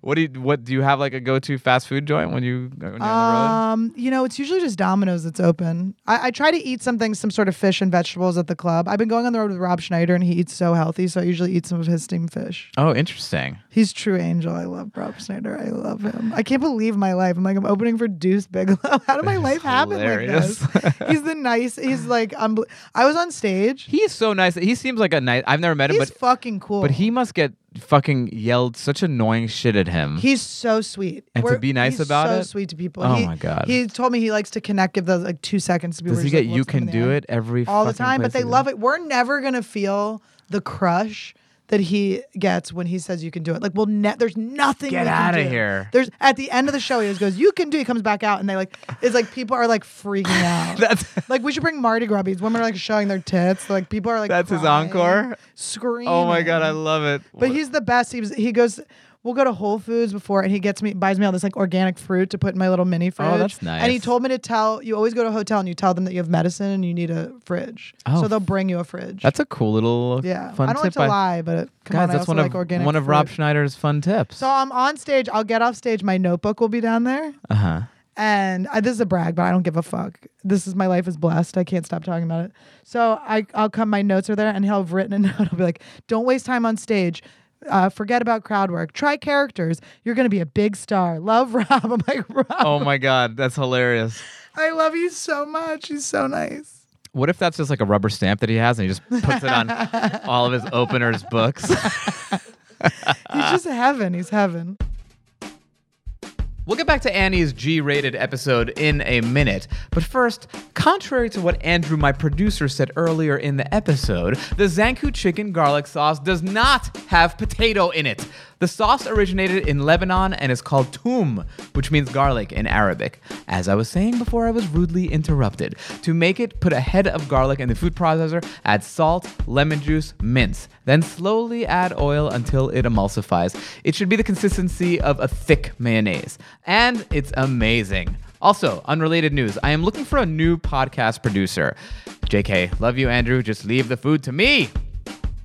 Speaker 2: what do you, what do you have like a go to fast food joint when you uh, when you're on
Speaker 3: Um, you know, it's usually just Domino's that's open. I, I try to eat something, some sort of fish and vegetables at the club. I've been going on the road with Rob Schneider, and he eats so healthy, so I usually eat some of his steamed fish.
Speaker 2: the road? Oh, interesting.
Speaker 3: He's true angel. I love Rob Snyder. I love him. I can't believe my life. I'm like, I'm opening for Deuce Bigelow. How did my life happen like
Speaker 2: hilarious.
Speaker 3: this? He's the nice. He's like, unbel- I was on stage.
Speaker 2: He's so nice. He seems like a nice. I've never met him,
Speaker 3: He's
Speaker 2: but
Speaker 3: fucking cool.
Speaker 2: but he must get fucking yelled such annoying shit at him.
Speaker 3: He's so sweet.
Speaker 2: And to be nice
Speaker 3: he's
Speaker 2: about
Speaker 3: so
Speaker 2: it?
Speaker 3: sweet to people.
Speaker 2: Oh
Speaker 3: He-
Speaker 2: my God.
Speaker 3: He told me he likes to connect, give those like two seconds to people.
Speaker 2: Does
Speaker 3: where
Speaker 2: he
Speaker 3: he just,
Speaker 2: get
Speaker 3: like,
Speaker 2: you
Speaker 3: looks
Speaker 2: can
Speaker 3: them in the
Speaker 2: do
Speaker 3: eye."
Speaker 2: it every
Speaker 3: all the
Speaker 2: fucking
Speaker 3: time,
Speaker 2: place
Speaker 3: but they
Speaker 2: he
Speaker 3: love
Speaker 2: goes?
Speaker 3: it. We're never gonna feel the crush that he gets when he says you can do it. Like, well, ne- there's nothing.
Speaker 2: Get
Speaker 3: we can
Speaker 2: outta
Speaker 3: do.
Speaker 2: here.
Speaker 3: There's at the end of the show, he just goes, "You can do." it." He comes back out, and they like, it's like people are like freaking out.
Speaker 2: That's-
Speaker 3: like we should bring Mardi Gras. These women are like showing their tits. Like people are like,
Speaker 2: That's his
Speaker 3: crying,
Speaker 2: encore?
Speaker 3: Screaming.
Speaker 2: Oh my god, I love it.
Speaker 3: But he's the best. He was, he goes. We'll go to Whole Foods before, and he gets me buys me all this like organic fruit to put in my little mini fridge.
Speaker 2: Oh, that's
Speaker 3: And he
Speaker 2: nice.
Speaker 3: told me to tell you always go to a hotel and you tell them that you have medicine and you need a fridge,
Speaker 2: Oh,
Speaker 3: so they'll bring you a fridge.
Speaker 2: that's a cool little
Speaker 3: yeah.
Speaker 2: fun
Speaker 3: I don't
Speaker 2: tip.
Speaker 3: like to lie, but it, come
Speaker 2: Guys,
Speaker 3: on, I
Speaker 2: that's
Speaker 3: also
Speaker 2: one of
Speaker 3: like organic
Speaker 2: one of
Speaker 3: fruit.
Speaker 2: Rob Schneider's fun tips.
Speaker 3: So I'm on stage. I'll get off stage. My notebook will be down there.
Speaker 2: uh huh.
Speaker 3: And I, this is a brag, but I don't give a fuck. This is my life is blessed. I can't stop talking about it. So I, I'll come. My notes are there, and he'll have written a note. I'll be like, "Don't waste time on stage. Uh, forget about crowd work. Try characters. You're gonna be a big star. Love Rob." I'm like, Rob,
Speaker 2: Oh my god, that's hilarious.
Speaker 3: I love you so much. He's so nice.
Speaker 2: What if that's just like a rubber stamp that he has and he just puts it on all of his openers books?
Speaker 3: He's just heaven. He's heaven.
Speaker 2: We'll get back to Annie's G rated episode in a minute, but first, contrary to what Andrew, my producer, said earlier in the episode, the Zanku chicken garlic sauce does not have potato in it. The sauce originated in Lebanon and is called toum, which means garlic in Arabic. As I was saying before, I was rudely interrupted. To make it, put a head of garlic in the food processor, add salt, lemon juice, mince, then slowly add oil until it emulsifies. It should be the consistency of a thick mayonnaise. And it's amazing. Also, unrelated news I am looking for a new podcast producer. JK, love you, Andrew. Just leave the food to me.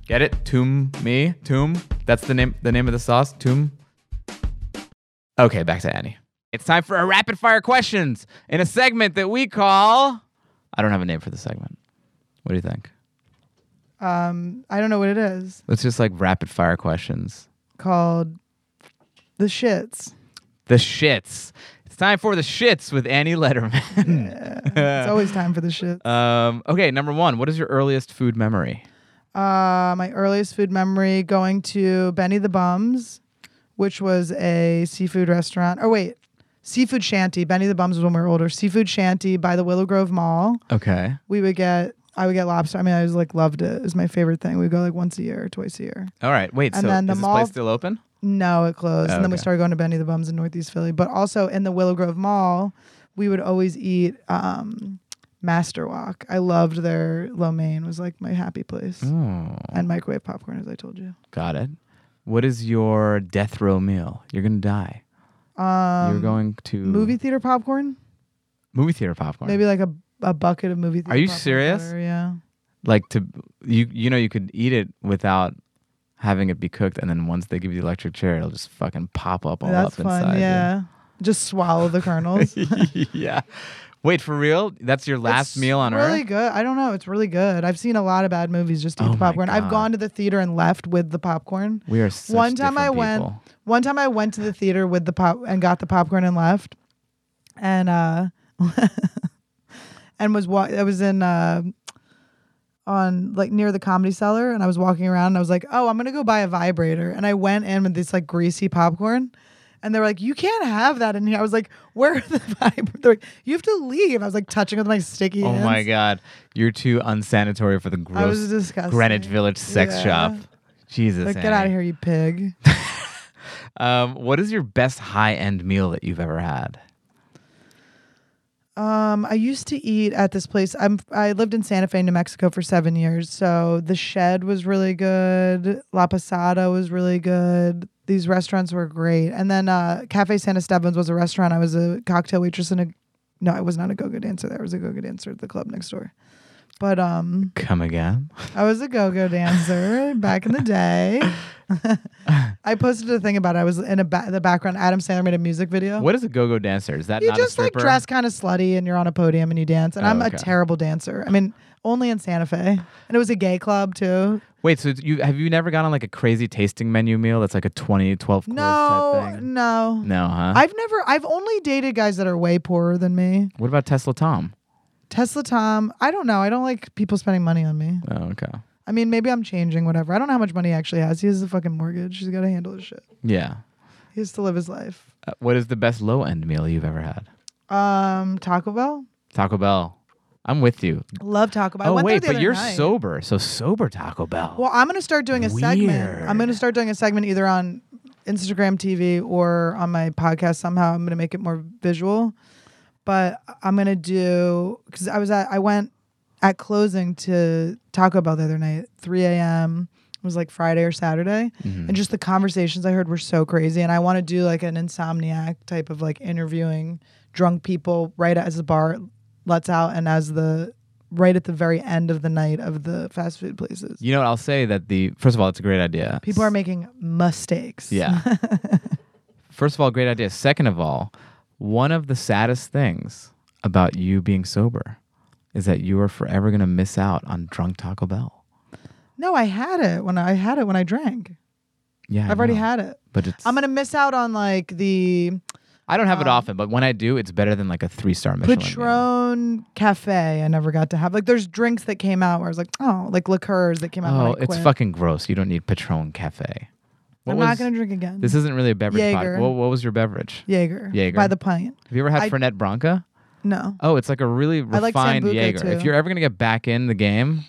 Speaker 2: Get it? Tomb me? Tomb? That's the name the name of the sauce? Tomb? Okay, back to Annie. It's time for our rapid fire questions in a segment that we call I don't have a name for the segment. What do you think?
Speaker 3: Um, I don't know what it is
Speaker 2: It's just like rapid fire questions.
Speaker 3: called. The shits.
Speaker 2: The shits. It's time for the shits with Annie Letterman.
Speaker 3: It's always time for the shits.
Speaker 2: um, okay, number one, what is your earliest food memory?
Speaker 3: Uh, my earliest food memory going to Benny the Bums, which was a seafood restaurant. Or wait, seafood shanty. Benny the Bums was when we were older. Seafood shanty by the Willow Grove Mall.
Speaker 2: Okay.
Speaker 3: We would get. I would get lobster. I mean, I was like loved it. It was my favorite thing. We'd go like once a year, twice a year.
Speaker 2: All right. Wait,
Speaker 3: And
Speaker 2: so
Speaker 3: then the
Speaker 2: is this
Speaker 3: mall-
Speaker 2: place still open?
Speaker 3: No, it closed. and then we
Speaker 2: Okay.
Speaker 3: started going to Benny the Bums in Northeast Philly. But also in the Willow Grove Mall, we would always eat um, Master Walk. I loved their lo mein. It was like my happy place.
Speaker 2: Oh,
Speaker 3: And microwave popcorn, as I told you.
Speaker 2: got it. What is your death row meal? You're gonna die. You're going to
Speaker 3: Um, Movie theater popcorn?
Speaker 2: movie theater popcorn.
Speaker 3: Maybe like a, a bucket of movie theater
Speaker 2: you
Speaker 3: popcorn
Speaker 2: serious?
Speaker 3: butter, yeah.
Speaker 2: like to you you know you could eat it without having it be cooked, and then once they give you the electric chair, it'll just fucking pop up all
Speaker 3: That's
Speaker 2: up
Speaker 3: fun.
Speaker 2: inside. you.
Speaker 3: yeah. Just swallow the kernels.
Speaker 2: yeah. Wait for real? That's your last
Speaker 3: It's
Speaker 2: meal on
Speaker 3: really
Speaker 2: earth.
Speaker 3: good. I don't know. It's really good. I've seen a lot of bad movies just to eat
Speaker 2: Oh
Speaker 3: the
Speaker 2: my
Speaker 3: popcorn. I've
Speaker 2: God.
Speaker 3: gone to the theater and left with the popcorn.
Speaker 2: We are such
Speaker 3: one time
Speaker 2: different
Speaker 3: I went
Speaker 2: people.
Speaker 3: one time I went to the theater with the pop and got the popcorn and left. And uh and was wa- I was in uh on like near the comedy cellar and I was walking around and I was like, "Oh, I'm going to go buy a vibrator." And I went in with this like greasy popcorn. And they were like, "You can't have that in here." I was like, "Where are the vibrator?" They're like, "You have to leave." I was like touching with my sticky
Speaker 2: Oh
Speaker 3: hands.
Speaker 2: my god, you're too unsanitary for the
Speaker 3: I was
Speaker 2: gross
Speaker 3: disgusting.
Speaker 2: Greenwich Village sex
Speaker 3: Yeah.
Speaker 2: shop. Jesus,
Speaker 3: Like, get
Speaker 2: Annie.
Speaker 3: out of here, you pig.
Speaker 2: Um, what is your best high end meal that you've ever had?
Speaker 3: Um, I used to eat at this place. I'm I lived in Santa Fe, New Mexico for seven years. So the shed was really good. La Posada was really good. These restaurants were great. And then uh, Cafe Santa Stebbins was a restaurant. I was a cocktail waitress and a no, I was not a go-go dancer. There I was a go-go dancer at the club next door. But um,
Speaker 2: Come again?
Speaker 3: I was a go-go dancer back in the day. I posted a thing about it. I was in a ba- the background. Adam Sandler made a music video.
Speaker 2: What is a go go dancer? Is that
Speaker 3: Oh. You
Speaker 2: not a
Speaker 3: just like
Speaker 2: stripper?
Speaker 3: dress kind of slutty and you're on a podium and you dance. And
Speaker 2: Oh,
Speaker 3: I'm
Speaker 2: okay.
Speaker 3: a terrible dancer. I mean, only in Santa Fe. And it was a gay club too.
Speaker 2: Wait, so it's- you have you never gone on like a crazy tasting menu meal that's like a 20, 12 course
Speaker 3: No,
Speaker 2: type thing?
Speaker 3: no.
Speaker 2: No, huh?
Speaker 3: I've never, I've only dated guys that are way poorer than me.
Speaker 2: what about Tesla Tom?
Speaker 3: Tesla Tom, I don't know. I don't like people spending money on me.
Speaker 2: Oh, okay.
Speaker 3: I mean, maybe I'm changing, whatever. I don't know how much money he actually has. He has a fucking mortgage. He's got to handle his shit.
Speaker 2: Yeah.
Speaker 3: He has to live his life.
Speaker 2: Uh, what is the best low end meal you've ever had?
Speaker 3: Um, Taco Bell.
Speaker 2: Taco Bell. I'm with you.
Speaker 3: Love Taco Bell. I
Speaker 2: oh
Speaker 3: went there
Speaker 2: wait,
Speaker 3: the
Speaker 2: but
Speaker 3: other
Speaker 2: you're
Speaker 3: night.
Speaker 2: sober, so sober Taco Bell.
Speaker 3: Well, I'm going to start doing a segment. I'm going
Speaker 2: Weird.
Speaker 3: to start doing a segment either on Instagram TV or on my podcast somehow. I'm going to make it more visual. But I'm going to do cuz I was at I went at closing to Taco Bell the other night, 3 a.m. It was like Friday or Saturday, and just the conversations I heard were so crazy. And I want to do like an insomniac type of like interviewing drunk people right as the bar lets out and as the right at the very end of the night of the fast food places.
Speaker 2: you know what? I'll say that the first of all, it's a great idea.
Speaker 3: People are making mistakes.
Speaker 2: Yeah. First of all, great idea. Second of all, one of the saddest things about you being sober is that you are forever going to miss out on drunk Taco Bell.
Speaker 3: No, I had it when I I had it when I drank.
Speaker 2: Yeah, I
Speaker 3: I've already
Speaker 2: know.
Speaker 3: had it.
Speaker 2: But it's
Speaker 3: I'm gonna miss out on like the
Speaker 2: I don't have it often, but when I do, it's better than like a three star Michelin. meal.
Speaker 3: Patron Cafe. I never got to have like there's drinks that came out where I was like, oh, like liqueurs that came out.
Speaker 2: Oh,
Speaker 3: when I
Speaker 2: it's
Speaker 3: quit.
Speaker 2: fucking gross. You don't need Patron Cafe. What
Speaker 3: I'm
Speaker 2: was-
Speaker 3: not gonna drink again.
Speaker 2: This isn't really a beverage.
Speaker 3: Jaeger.
Speaker 2: Pod. What, what was your beverage?
Speaker 3: Jaeger.
Speaker 2: Jaeger.
Speaker 3: by the pint.
Speaker 2: Have you ever had
Speaker 3: I-
Speaker 2: Fernet Branca?
Speaker 3: No,
Speaker 2: Oh, it's like a really
Speaker 3: I like
Speaker 2: refined
Speaker 3: Sambuca,
Speaker 2: Jaeger. If
Speaker 3: too.
Speaker 2: you're ever gonna get back in the game,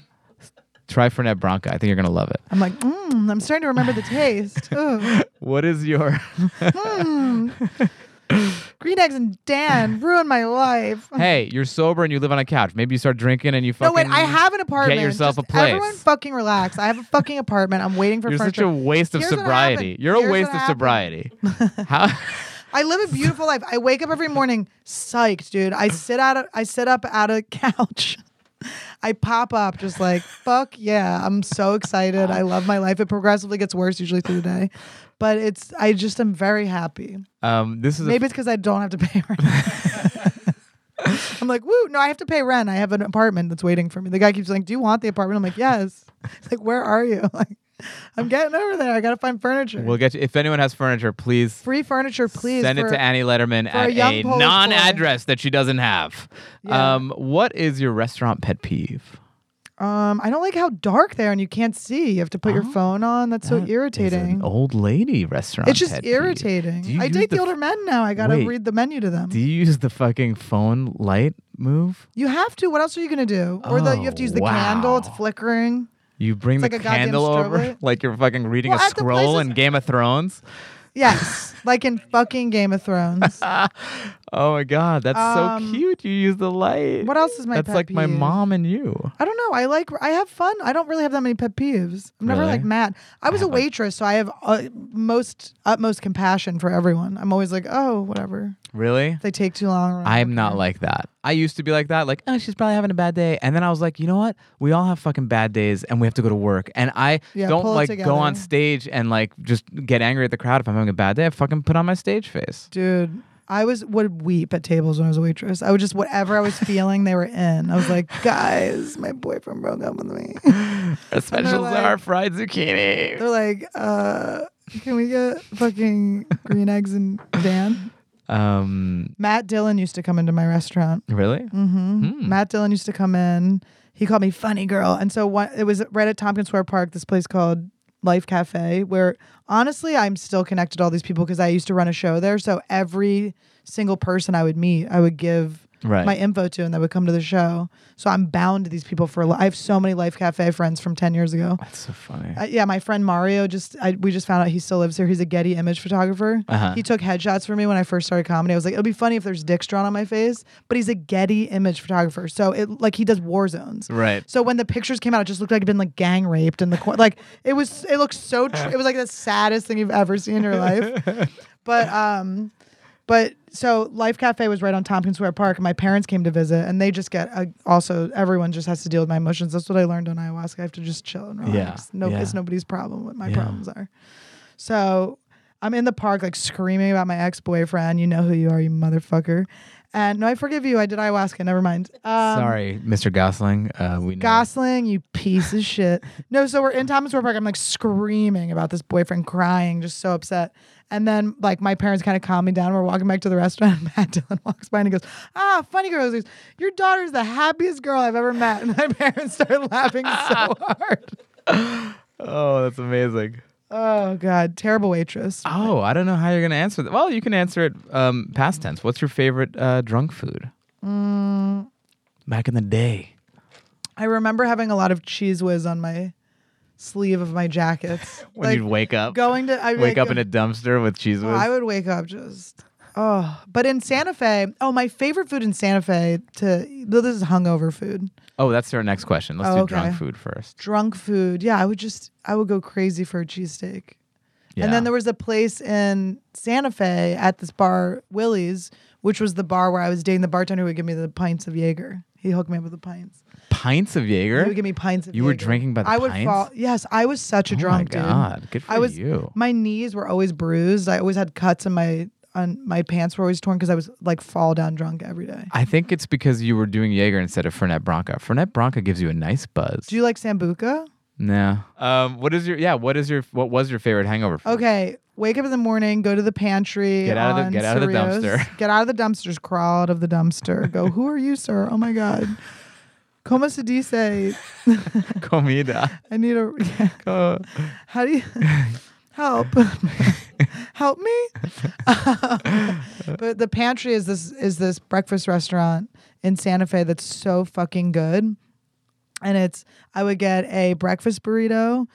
Speaker 2: try Fernet Branca. I think you're gonna love it.
Speaker 3: I'm like, mm, I'm starting to remember the taste. Ooh.
Speaker 2: What is your
Speaker 3: Green eggs and Dan ruined my life.
Speaker 2: hey? You're sober and you live on a couch. Maybe you start drinking and you
Speaker 3: No,
Speaker 2: fucking.
Speaker 3: wait, I have an apartment.
Speaker 2: yourself
Speaker 3: Just
Speaker 2: a place.
Speaker 3: Everyone fucking relax. I have a fucking apartment. I'm waiting for
Speaker 2: You're such
Speaker 3: furniture.
Speaker 2: a waste of
Speaker 3: Here's what
Speaker 2: sobriety.
Speaker 3: happened.
Speaker 2: You're a
Speaker 3: Here's
Speaker 2: waste
Speaker 3: what
Speaker 2: of
Speaker 3: happened.
Speaker 2: sobriety. How?
Speaker 3: I live a beautiful life. I wake up every morning psyched, dude. I sit out of, I sit up out of couch. I pop up just like, fuck yeah. I'm so excited. I love my life. It progressively gets worse usually through the day. But it's I just am very happy.
Speaker 2: Um, this is a
Speaker 3: Maybe it's because I don't have to pay rent. I'm like, woo, no, I have to pay rent. I have an apartment that's waiting for me. The guy keeps like, Do you want the apartment? I'm like, Yes. He's like, Where are you? Like, I'm getting over there. I gotta find furniture.
Speaker 2: We'll get you. If anyone has furniture, please
Speaker 3: Free furniture, please.
Speaker 2: send it
Speaker 3: for-
Speaker 2: to Annie Letterman
Speaker 3: for
Speaker 2: at
Speaker 3: a young
Speaker 2: a,
Speaker 3: Polish
Speaker 2: non-address that she doesn't have.
Speaker 3: Yeah.
Speaker 2: Um, what is your restaurant pet peeve?
Speaker 3: Um, I don't like how dark there and you can't see. You have to put your phone on. That's so
Speaker 2: Oh. That is
Speaker 3: irritating.
Speaker 2: an old lady restaurant.
Speaker 3: It's just
Speaker 2: pet peeve.
Speaker 3: irritating.
Speaker 2: Do you
Speaker 3: I
Speaker 2: use
Speaker 3: date the,
Speaker 2: the-
Speaker 3: older men now. I gotta
Speaker 2: Wait.
Speaker 3: read the menu to them.
Speaker 2: Do you use the fucking phone light move?
Speaker 3: you have to. What else are you gonna do? Or the you have to use the
Speaker 2: Oh,
Speaker 3: candle. It's
Speaker 2: wow.
Speaker 3: flickering.
Speaker 2: You bring
Speaker 3: It's
Speaker 2: the
Speaker 3: like a goddamn
Speaker 2: candle over
Speaker 3: strobe.
Speaker 2: like you're fucking reading
Speaker 3: Well,
Speaker 2: a
Speaker 3: at the
Speaker 2: scroll
Speaker 3: places-
Speaker 2: in Game of Thrones.
Speaker 3: Yes, like in fucking Game of Thrones.
Speaker 2: Oh my god, that's
Speaker 3: Um,
Speaker 2: so cute. You use the light.
Speaker 3: What else is my
Speaker 2: That's
Speaker 3: pet
Speaker 2: like my
Speaker 3: peeve?
Speaker 2: mom and you.
Speaker 3: I don't know. I like. I have fun. I don't really have that many pet peeves. I'm never
Speaker 2: Really?
Speaker 3: like mad. I was a waitress, so I have uh, most utmost compassion for everyone. I'm always like, oh, whatever.
Speaker 2: Really?
Speaker 3: If they take too long. or-
Speaker 2: I'm not like that. I used to be like that, like, oh, she's probably having a bad day. And then I was like, you know what? We all have fucking bad days and we have to go to work. And I
Speaker 3: Yeah,
Speaker 2: don't
Speaker 3: pull it
Speaker 2: like
Speaker 3: together.
Speaker 2: go on stage and like just get angry at the crowd if I'm having a bad day. I fucking put on my stage face.
Speaker 3: dude. I was would weep at tables when I was a waitress. I would just whatever I was feeling, they were in. I was like, guys, my boyfriend broke up with me.
Speaker 2: Our specials
Speaker 3: like-
Speaker 2: are fried zucchini.
Speaker 3: They're like, uh, can we get fucking green eggs and Dan?
Speaker 2: Um,
Speaker 3: Matt Dillon used to come into my restaurant.
Speaker 2: really?
Speaker 3: Mm-hmm. Matt Dillon used to come in. He called me funny girl. And so one, it was right at Tompkins Square Park, this place called Life Cafe, where honestly, I'm still connected to all these people because I used to run a show there. So every single person I would meet, I would give
Speaker 2: Right.
Speaker 3: my info to and they would come to the show. So I'm bound to these people for, li- I have so many Life Cafe friends from 10 years ago.
Speaker 2: That's so funny.
Speaker 3: Uh, yeah, my friend Mario just I, we just found out he still lives here. He's a Getty image photographer.
Speaker 2: Uh-huh.
Speaker 3: He took headshots for me when I first started comedy. I was like, it'll be funny if there's dicks drawn on my face, but he's a Getty image photographer. So it like he does war zones.
Speaker 2: Right.
Speaker 3: So when the pictures came out, it just looked like I'd been like gang raped in the cor- like it was it looked so tr- it was like the saddest thing you've ever seen in your life. but um but so Life Cafe was right on Tompkins Square Park. and My parents came to visit, and they just get uh, also everyone just has to deal with my emotions. That's what I learned on ayahuasca. I have to just chill and relax.
Speaker 2: Yeah,
Speaker 3: No,
Speaker 2: yeah.
Speaker 3: it's nobody's problem what my problems are. So I'm in the park like screaming about my ex boyfriend. You know who you are, you motherfucker. And no, I forgive you. I did ayahuasca. Never mind. Um,
Speaker 2: Sorry, Mr. Gosling. Uh, we know.
Speaker 3: Gosling, you piece of shit. No, so we're in Thomas Square Park. I'm like screaming about this boyfriend, crying, just so upset. And then like my parents kind of calm me down. We're walking back to the restaurant. And Matt Dillon walks by and he goes, "Ah, funny girl, He goes, your daughter's the happiest girl I've ever met." And my parents started laughing so hard.
Speaker 2: oh, that's amazing.
Speaker 3: Oh god, terrible waitress.
Speaker 2: Oh, I don't know how you're gonna answer that. Well, you can answer it um, past tense. What's your favorite uh, drunk food?
Speaker 3: Mm.
Speaker 2: Back in the day.
Speaker 3: I remember having a lot of cheese whiz on my sleeve of my jackets.
Speaker 2: When you'd wake up,
Speaker 3: going to I'd be
Speaker 2: wake
Speaker 3: like,
Speaker 2: up in a dumpster with cheese whiz.
Speaker 3: Oh, I would wake up just oh. But in Santa Fe, oh, my favorite food in Santa Fe to though this is hungover food,
Speaker 2: oh, that's our next question. Let's
Speaker 3: Oh,
Speaker 2: do
Speaker 3: okay.
Speaker 2: drunk food first.
Speaker 3: drunk food. Yeah, I would just I would go crazy for a cheesesteak.
Speaker 2: Yeah.
Speaker 3: And then there was a place in Santa Fe at this bar Willie's, which was the bar where I was dating the bartender who would give me the pints of Jaeger. He hooked me up with the pints.
Speaker 2: pints of Jaeger.
Speaker 3: He would give me pints of
Speaker 2: You were
Speaker 3: Jaeger.
Speaker 2: drinking by the
Speaker 3: I would
Speaker 2: pints?
Speaker 3: fall. Yes, I was such a
Speaker 2: Oh my
Speaker 3: drunk
Speaker 2: God,
Speaker 3: dude.
Speaker 2: good for
Speaker 3: I was,
Speaker 2: you.
Speaker 3: My knees were always bruised. I always had cuts in my on my pants were always torn because I was like fall down drunk every day.
Speaker 2: I think it's because you were doing Jaeger instead of Fernet Branca. Fernet Branca gives you a nice buzz.
Speaker 3: Do you like sambuca?
Speaker 2: no. Um, what is your yeah? What is your what was your favorite hangover food?
Speaker 3: Okay, wake up in the morning, go to the pantry.
Speaker 2: Get out of the-
Speaker 3: on
Speaker 2: get out of the
Speaker 3: Cerritos.
Speaker 2: dumpster.
Speaker 3: Get out of the dumpsters. Crawl out of the dumpster. Go. Who are you, sir? Oh my god. Como se dice?
Speaker 2: Comida.
Speaker 3: I need a.
Speaker 2: Uh,
Speaker 3: How do you help? help me? but the pantry is this is this breakfast restaurant in Santa Fe that's so fucking good. And it's I would get a breakfast burrito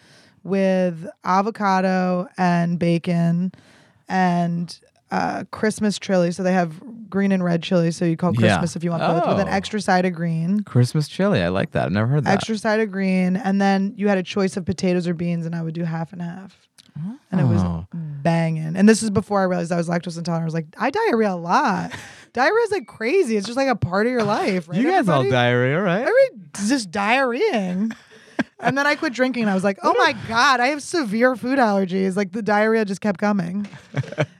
Speaker 3: with avocado and bacon and uh, Christmas chili. So they have green and red chili. So you call
Speaker 2: Yeah.
Speaker 3: Christmas if you want both, with an
Speaker 2: Oh.
Speaker 3: extra side of green
Speaker 2: Christmas chili. I like that. I've never heard that.
Speaker 3: extra side of green, and then you had a choice of potatoes or beans, and I would do half and half. And it was
Speaker 2: Oh.
Speaker 3: banging. And this is before I realized I was lactose intolerant. I was like, I diarrhea a lot. diarrhea is like crazy. It's just like a part of your life, right?
Speaker 2: you guys all
Speaker 3: everybody?
Speaker 2: diarrhea, right?
Speaker 3: Everybody's just diarrheaing. and then I quit drinking and I was like, oh my God, I have severe food allergies. Like the diarrhea just kept coming.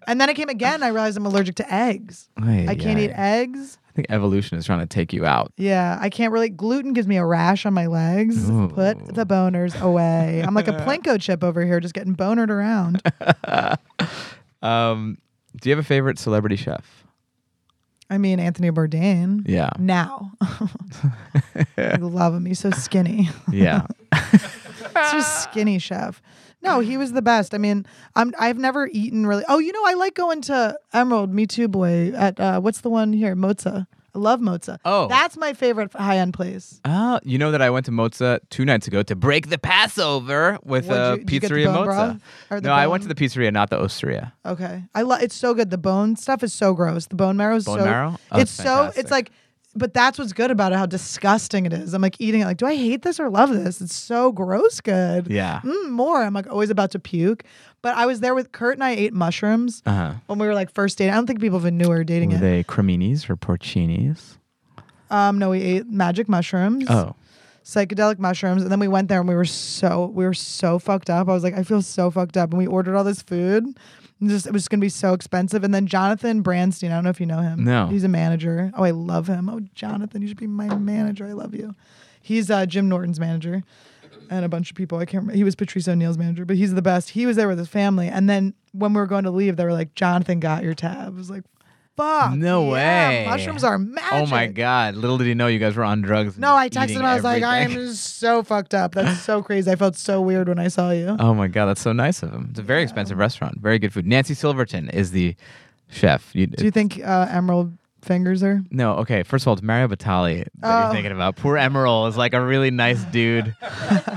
Speaker 3: and then it came again. and I realized I'm allergic to eggs.
Speaker 2: Ay,
Speaker 3: I can't
Speaker 2: ay,
Speaker 3: eat eggs.
Speaker 2: Oh, I think evolution is trying to take you out.
Speaker 3: Yeah, I can't really. Gluten gives me a rash on my legs. Put the boners away. I'm like a Plinko chip over here, just getting bonered around.
Speaker 2: Um, do you have a favorite celebrity chef?
Speaker 3: I mean, Anthony Bourdain.
Speaker 2: Yeah.
Speaker 3: Now, I love him. He's so skinny.
Speaker 2: Yeah.
Speaker 3: He's just skinny chef. No, he was the best. I mean, I'm, I've never eaten really. Oh, you know, I like going to Emerald Me Too Boy at uh, what's the one here, Moza. I love Moza.
Speaker 2: Oh.
Speaker 3: that's my favorite high end place.
Speaker 2: Oh, you know that I went to Moza two nights ago to break the Passover with a
Speaker 3: What'd you- did you get the
Speaker 2: pizzeria
Speaker 3: bone
Speaker 2: Moza.
Speaker 3: broth? Or
Speaker 2: No,
Speaker 3: the
Speaker 2: I went to
Speaker 3: bone?
Speaker 2: the pizzeria, not the osteria.
Speaker 3: Okay, I love. It's so good. The bone stuff is so gross. The bone marrow is
Speaker 2: Bone
Speaker 3: so.
Speaker 2: marrow? Oh,
Speaker 3: it's
Speaker 2: it's
Speaker 3: so. It's
Speaker 2: fantastic.
Speaker 3: like, but that's what's good about it. How disgusting it is. I'm like eating it. Like, do I hate this or love this? It's so gross. Good.
Speaker 2: Yeah.
Speaker 3: Mm, more. I'm like always about to puke. But I was there with Kurt and I ate mushrooms
Speaker 2: Uh-huh.
Speaker 3: when we were like first dating. I don't think people even knew we were dating
Speaker 2: Were
Speaker 3: it.
Speaker 2: they creminis or porcinis?
Speaker 3: Um, no, we ate magic mushrooms.
Speaker 2: Oh.
Speaker 3: psychedelic mushrooms and then we went there and we were so we were so fucked up i was like i feel so fucked up and we ordered all this food and just it was gonna be so expensive and then jonathan branstein i don't know if you know him
Speaker 2: No.
Speaker 3: he's a manager oh i love him oh jonathan you should be my manager i love you he's uh, jim norton's manager and a bunch of people i can't remember he was patrice o'neill's manager but he's the best he was there with his family and then when we were going to leave they were like jonathan got your tab i was like fuck
Speaker 2: No way.
Speaker 3: yeah, mushrooms are magic
Speaker 2: Oh my God. Little did he know you guys were on drugs. and
Speaker 3: no, I texted
Speaker 2: eating
Speaker 3: him. I was like, I am
Speaker 2: everything.
Speaker 3: just so fucked up. That's so crazy. I felt so weird when I saw you.
Speaker 2: Oh my God. That's so nice of him. It's a very expensive restaurant. Very good food. Nancy Silverton is the chef. You,
Speaker 3: Do you think uh, Emerald fingers her?
Speaker 2: No, okay. First of all, it's Mario Batali that
Speaker 3: Oh.
Speaker 2: you're thinking about. Poor Emerald is like a really nice dude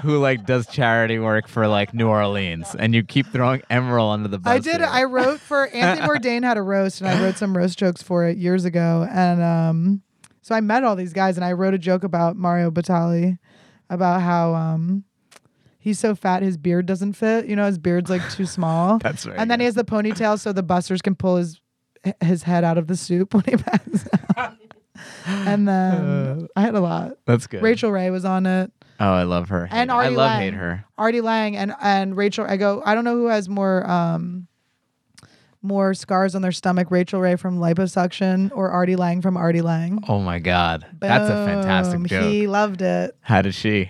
Speaker 2: who like does charity work for like New Orleans, and you keep throwing Emerald under the bus.
Speaker 3: I did.
Speaker 2: here.
Speaker 3: I wrote for Anthony Bourdain had a roast, and I wrote some roast jokes for it years ago. And um, so I met all these guys, and I wrote a joke about Mario Batali, about how um, he's so fat his beard doesn't fit. You know, his beard's like too small.
Speaker 2: That's right,
Speaker 3: And then he
Speaker 2: yeah.
Speaker 3: has the ponytail, so the busters can pull his his head out of the soup when he passes out. and then
Speaker 2: Uh,
Speaker 3: I had a lot.
Speaker 2: That's good.
Speaker 3: Rachel Ray was on it,
Speaker 2: Oh, I love her. Hate
Speaker 3: and
Speaker 2: her. I
Speaker 3: Artie
Speaker 2: love
Speaker 3: Lang.
Speaker 2: hate her.
Speaker 3: Artie Lang and and Rachel. I go. I don't know who has more um more scars on their stomach. Rachel Ray from liposuction or Artie Lang from Artie Lang.
Speaker 2: Oh my God, that's a fantastic
Speaker 3: Boom.
Speaker 2: joke.
Speaker 3: He loved it.
Speaker 2: How did she?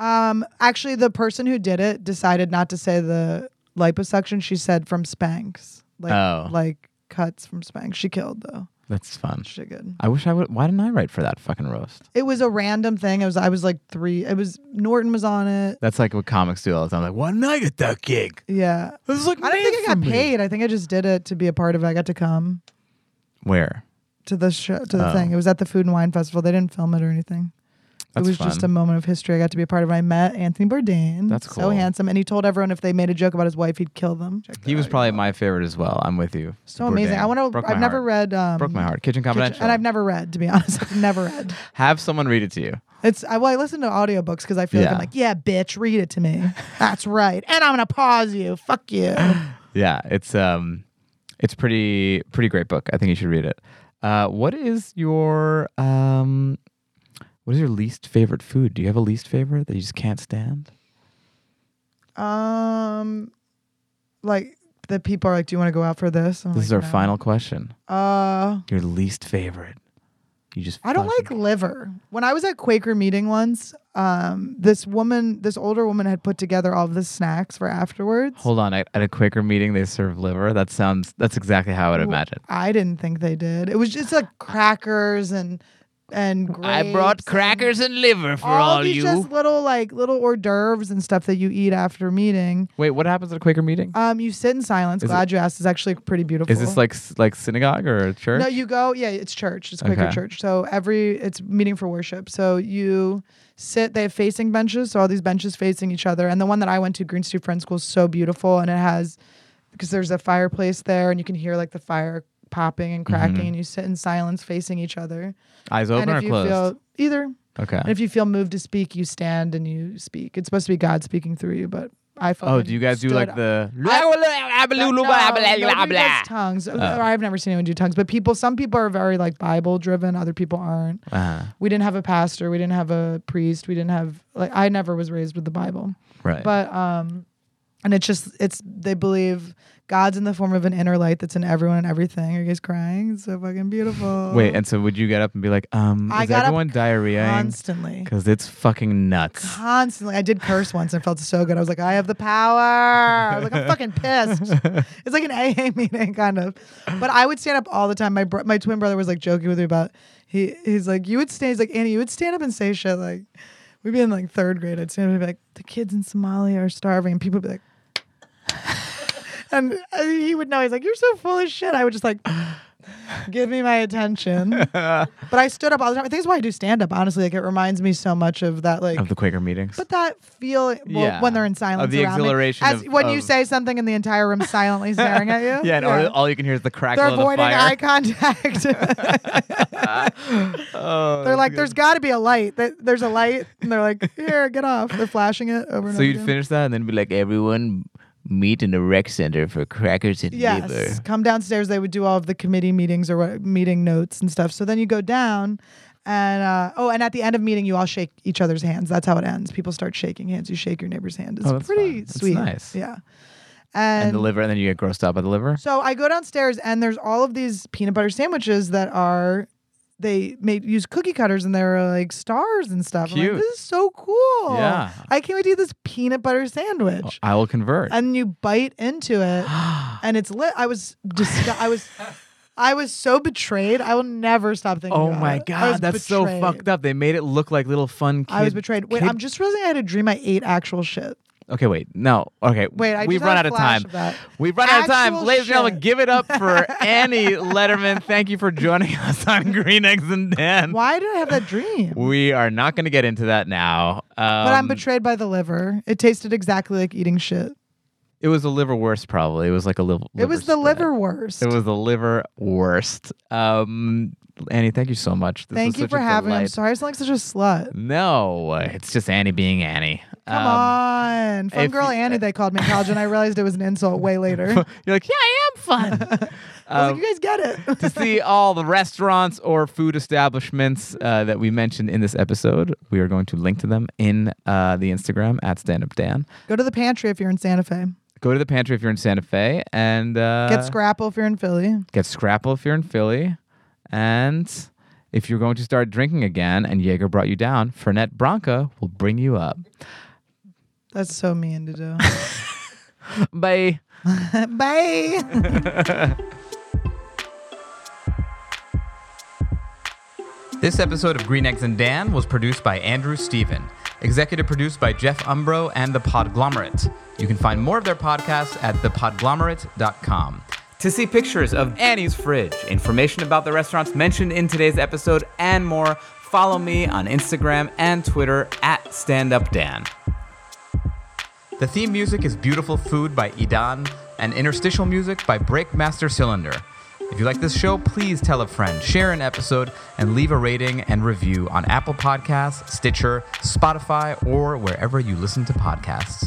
Speaker 3: Actually, the person who did it decided not to say the liposuction. She said from Spanx. Like
Speaker 2: Oh.
Speaker 3: like cuts from Spanx. She killed though.
Speaker 2: That's fun.
Speaker 3: She good.
Speaker 2: I wish I would. Why didn't I write for that fucking roast?
Speaker 3: It was a random thing. It was I was like three. It was Norton was on it.
Speaker 2: That's like what comics do all the time. Like, why didn't I get that gig?
Speaker 3: Yeah.
Speaker 2: This is like
Speaker 3: I don't
Speaker 2: made
Speaker 3: think I
Speaker 2: for
Speaker 3: got
Speaker 2: me.
Speaker 3: paid. I think I just did it to be a part of it. I got to come.
Speaker 2: Where?
Speaker 3: to the show to the
Speaker 2: Oh.
Speaker 3: thing. It was at the Food and Wine Festival. They didn't film it or anything.
Speaker 2: That's
Speaker 3: it was
Speaker 2: fun.
Speaker 3: just a moment of history I got to be a part of. I met Anthony Bourdain.
Speaker 2: That's
Speaker 3: So
Speaker 2: cool.
Speaker 3: handsome, and he told everyone if they made a joke about his wife, he'd kill them. Check
Speaker 2: He
Speaker 3: that
Speaker 2: was
Speaker 3: out.
Speaker 2: probably my favorite as well. I'm with you.
Speaker 3: so amazing.
Speaker 2: Bourdain.
Speaker 3: I want to.
Speaker 2: Broke
Speaker 3: I've
Speaker 2: my
Speaker 3: never
Speaker 2: heart.
Speaker 3: read. Um,
Speaker 2: Broke my heart. Kitchen Confidential.
Speaker 3: and I've never read, to be honest. I've never read.
Speaker 2: have someone read it to you.
Speaker 3: It's I, well, I listen to audiobooks because I feel like
Speaker 2: Yeah.
Speaker 3: I'm like, yeah, bitch, read it to me. That's right. And I'm gonna pause you. Fuck you.
Speaker 2: Yeah, it's um, it's pretty pretty great book. I think you should read it. Uh, what is your um, what is your least favorite food? Do you have a least favorite that you just can't stand?
Speaker 3: Um, like the people are like, do you want to go out for this? I'm
Speaker 2: This
Speaker 3: like,
Speaker 2: is our
Speaker 3: "No."
Speaker 2: final question.
Speaker 3: Uh,
Speaker 2: Your least favorite. You just
Speaker 3: I don't like
Speaker 2: fucking-
Speaker 3: liver. When I was at Quaker meeting once, um, this woman, this older woman, had put together all of the snacks for afterwards.
Speaker 2: Hold on, at at a Quaker meeting they serve liver. That sounds. That's exactly how I would imagine.
Speaker 3: I didn't think they did. It was just like crackers and and grapes and
Speaker 2: and liver for
Speaker 3: all, these just little like little hors d'oeuvres and stuff that you eat after meeting.
Speaker 2: Wait, what happens at a Quaker meeting?
Speaker 3: Um, you sit in silence.
Speaker 2: Is
Speaker 3: Glad you asked. It's actually pretty beautiful.
Speaker 2: Is this like s- like synagogue or a church?
Speaker 3: No, you go. Yeah, it's church. It's Quaker
Speaker 2: Okay.
Speaker 3: church. So every it's meeting for worship. So you sit. They have facing benches. So all these benches facing each other. And the one that I went to, Green Street Friends School, is so beautiful. And it has because there's a fireplace there, and you can hear like the fire popping and
Speaker 2: Mm-hmm.
Speaker 3: cracking. And you sit in silence facing each other.
Speaker 2: Eyes open
Speaker 3: and
Speaker 2: or
Speaker 3: if you
Speaker 2: closed?
Speaker 3: feel either,
Speaker 2: okay.
Speaker 3: and if you feel moved to speak, you stand and you speak. It's supposed to be God speaking through you, but. I
Speaker 2: Oh,
Speaker 3: fucking
Speaker 2: do you guys do
Speaker 3: stood
Speaker 2: like the?
Speaker 3: no, nobody does tongues.
Speaker 2: Oh.
Speaker 3: Or I've never seen anyone do tongues. But people, some people are very like Bible driven. Other people aren't.
Speaker 2: Uh,
Speaker 3: We didn't have a pastor. We didn't have a priest. We didn't have like I never was raised with the Bible.
Speaker 2: right.
Speaker 3: But um, and it's just it's they believe God's in the form of an inner light that's in everyone and everything. Are you guys crying? It's so fucking beautiful.
Speaker 2: Wait, and so would you get up and be like, um,
Speaker 3: um, I
Speaker 2: is
Speaker 3: got up
Speaker 2: everyone diarrheaing?
Speaker 3: constantly.
Speaker 2: Because it's fucking nuts.
Speaker 3: Constantly, I did curse once and felt so good. I was like, I have the power. I was like, I'm fucking pissed. It's like an AA meeting, kind of. But I would stand up all the time. My bro- my twin brother was like joking with me about he he's like, you would stand. He's like, Annie, you would stand up and say shit like, we'd be in like third grade. I'd stand up and be like, the kids in Somalia are starving, and people would be like, and uh, he would know. He's like, you're so full of shit. I would just like. give me my attention. but I stood up all the time. I think that's why I do stand up. Honestly, like it reminds me so much of that, like.
Speaker 2: of the Quaker meetings.
Speaker 3: but that feel well,
Speaker 2: Yeah.
Speaker 3: when they're in
Speaker 2: Of
Speaker 3: silence
Speaker 2: the
Speaker 3: around me.
Speaker 2: exhilaration
Speaker 3: as
Speaker 2: of-
Speaker 3: when you
Speaker 2: of-
Speaker 3: say something and the entire room silently staring at you.
Speaker 2: yeah, and all- all you can hear is the crackle
Speaker 3: oh,
Speaker 2: of
Speaker 3: they're
Speaker 2: the
Speaker 3: avoiding
Speaker 2: fire.
Speaker 3: eye contact.
Speaker 2: Oh,
Speaker 3: they're like, "There's got to be a light. That there's a light," and they're like, "Here, get off." They're flashing it over. and
Speaker 2: So
Speaker 3: over
Speaker 2: you'd
Speaker 3: again.
Speaker 2: finish that and then be like, everyone meet in the rec center for crackers and
Speaker 3: Yes,
Speaker 2: liver.
Speaker 3: come downstairs. They would do all of the committee meetings or what, meeting notes and stuff. So then you go down, and uh, oh, and at the end of meeting, you all shake each other's hands. That's how it ends. People start shaking hands. You shake your neighbor's hand. It's
Speaker 2: Oh, that's
Speaker 3: pretty
Speaker 2: fun. That's
Speaker 3: sweet.
Speaker 2: nice.
Speaker 3: Yeah,
Speaker 2: And,
Speaker 3: and,
Speaker 2: the liver, and then you get grossed out by the liver.
Speaker 3: so I go downstairs, and there's all of these peanut butter sandwiches that are. They made use cookie cutters and they're like stars and stuff. I'm like,
Speaker 2: Cute.
Speaker 3: this is so cool.
Speaker 2: Yeah. Oh,
Speaker 3: I can't wait to eat this peanut butter sandwich
Speaker 2: I will convert.
Speaker 3: and you bite into it and it's lit i was dis- i was i was so betrayed i will never stop thinking
Speaker 2: oh
Speaker 3: about
Speaker 2: my
Speaker 3: it. I
Speaker 2: god,
Speaker 3: was
Speaker 2: that's so
Speaker 3: betrayed.
Speaker 2: fucked up. They made it look like little fun. Kid,
Speaker 3: i was betrayed wait
Speaker 2: kid-
Speaker 3: i'm just realizing i had a dream i ate actual shit
Speaker 2: Okay, wait. No. Okay.
Speaker 3: Wait, I
Speaker 2: we've
Speaker 3: just
Speaker 2: run
Speaker 3: had
Speaker 2: out
Speaker 3: a
Speaker 2: of
Speaker 3: flash
Speaker 2: time.
Speaker 3: of that.
Speaker 2: We've run out of time.
Speaker 3: Actual
Speaker 2: Ladies and gentlemen,
Speaker 3: shit.
Speaker 2: give it up for Annie Letterman. Thank you for joining us on Green Eggs and Dan.
Speaker 3: why did i have that dream
Speaker 2: We are not going to get into that now. Um,
Speaker 3: but i'm betrayed by the liver it tasted exactly like eating shit
Speaker 2: It was the liver worst, probably. It was like a liver.
Speaker 3: it was the
Speaker 2: spread.
Speaker 3: liver worst
Speaker 2: It was the liver worst. Um, Annie, thank you so much. This
Speaker 3: thank
Speaker 2: was
Speaker 3: you
Speaker 2: such
Speaker 3: for
Speaker 2: a
Speaker 3: having me i'm
Speaker 2: delight.
Speaker 3: sorry i sound like such a slut
Speaker 2: No, it's just Annie being Annie.
Speaker 3: Come on. Fun
Speaker 2: Um, if
Speaker 3: girl
Speaker 2: you-
Speaker 3: Annie, they called me in college, and I realized it was an insult way later. I was
Speaker 2: You're like, yeah, I am fun. Um,
Speaker 3: like, you guys get it.
Speaker 2: to see all the restaurants or food establishments uh, that we mentioned in this episode, we are going to link to them in uh, the Instagram at Stand Up Dan.
Speaker 3: Go to the pantry if you're in Santa Fe.
Speaker 2: Go to the pantry if you're in Santa Fe and uh,
Speaker 3: Get Scrapple if you're in Philly.
Speaker 2: get Scrapple if you're in Philly. And if you're going to start drinking again and Jaeger brought you down, Fernet Branca will bring you up.
Speaker 3: That's so mean to do.
Speaker 2: Bye.
Speaker 3: Bye.
Speaker 2: This episode of Green Eggs and Dan was produced by Andrew Stephen, executive produced by Jeff Umbro and The Podglomerate. You can find more of their podcasts at thepodglomerate.com.
Speaker 4: To see pictures of Annie's fridge, information about the restaurants mentioned in today's episode, and more, follow me on Instagram and Twitter at StandUpDan.
Speaker 2: The theme music is Beautiful Food by Idan and interstitial music by Breakmaster Cylinder. If you like this show, please tell a friend, share an episode, and leave a rating and review on Apple Podcasts, Stitcher, Spotify, or wherever you listen to podcasts.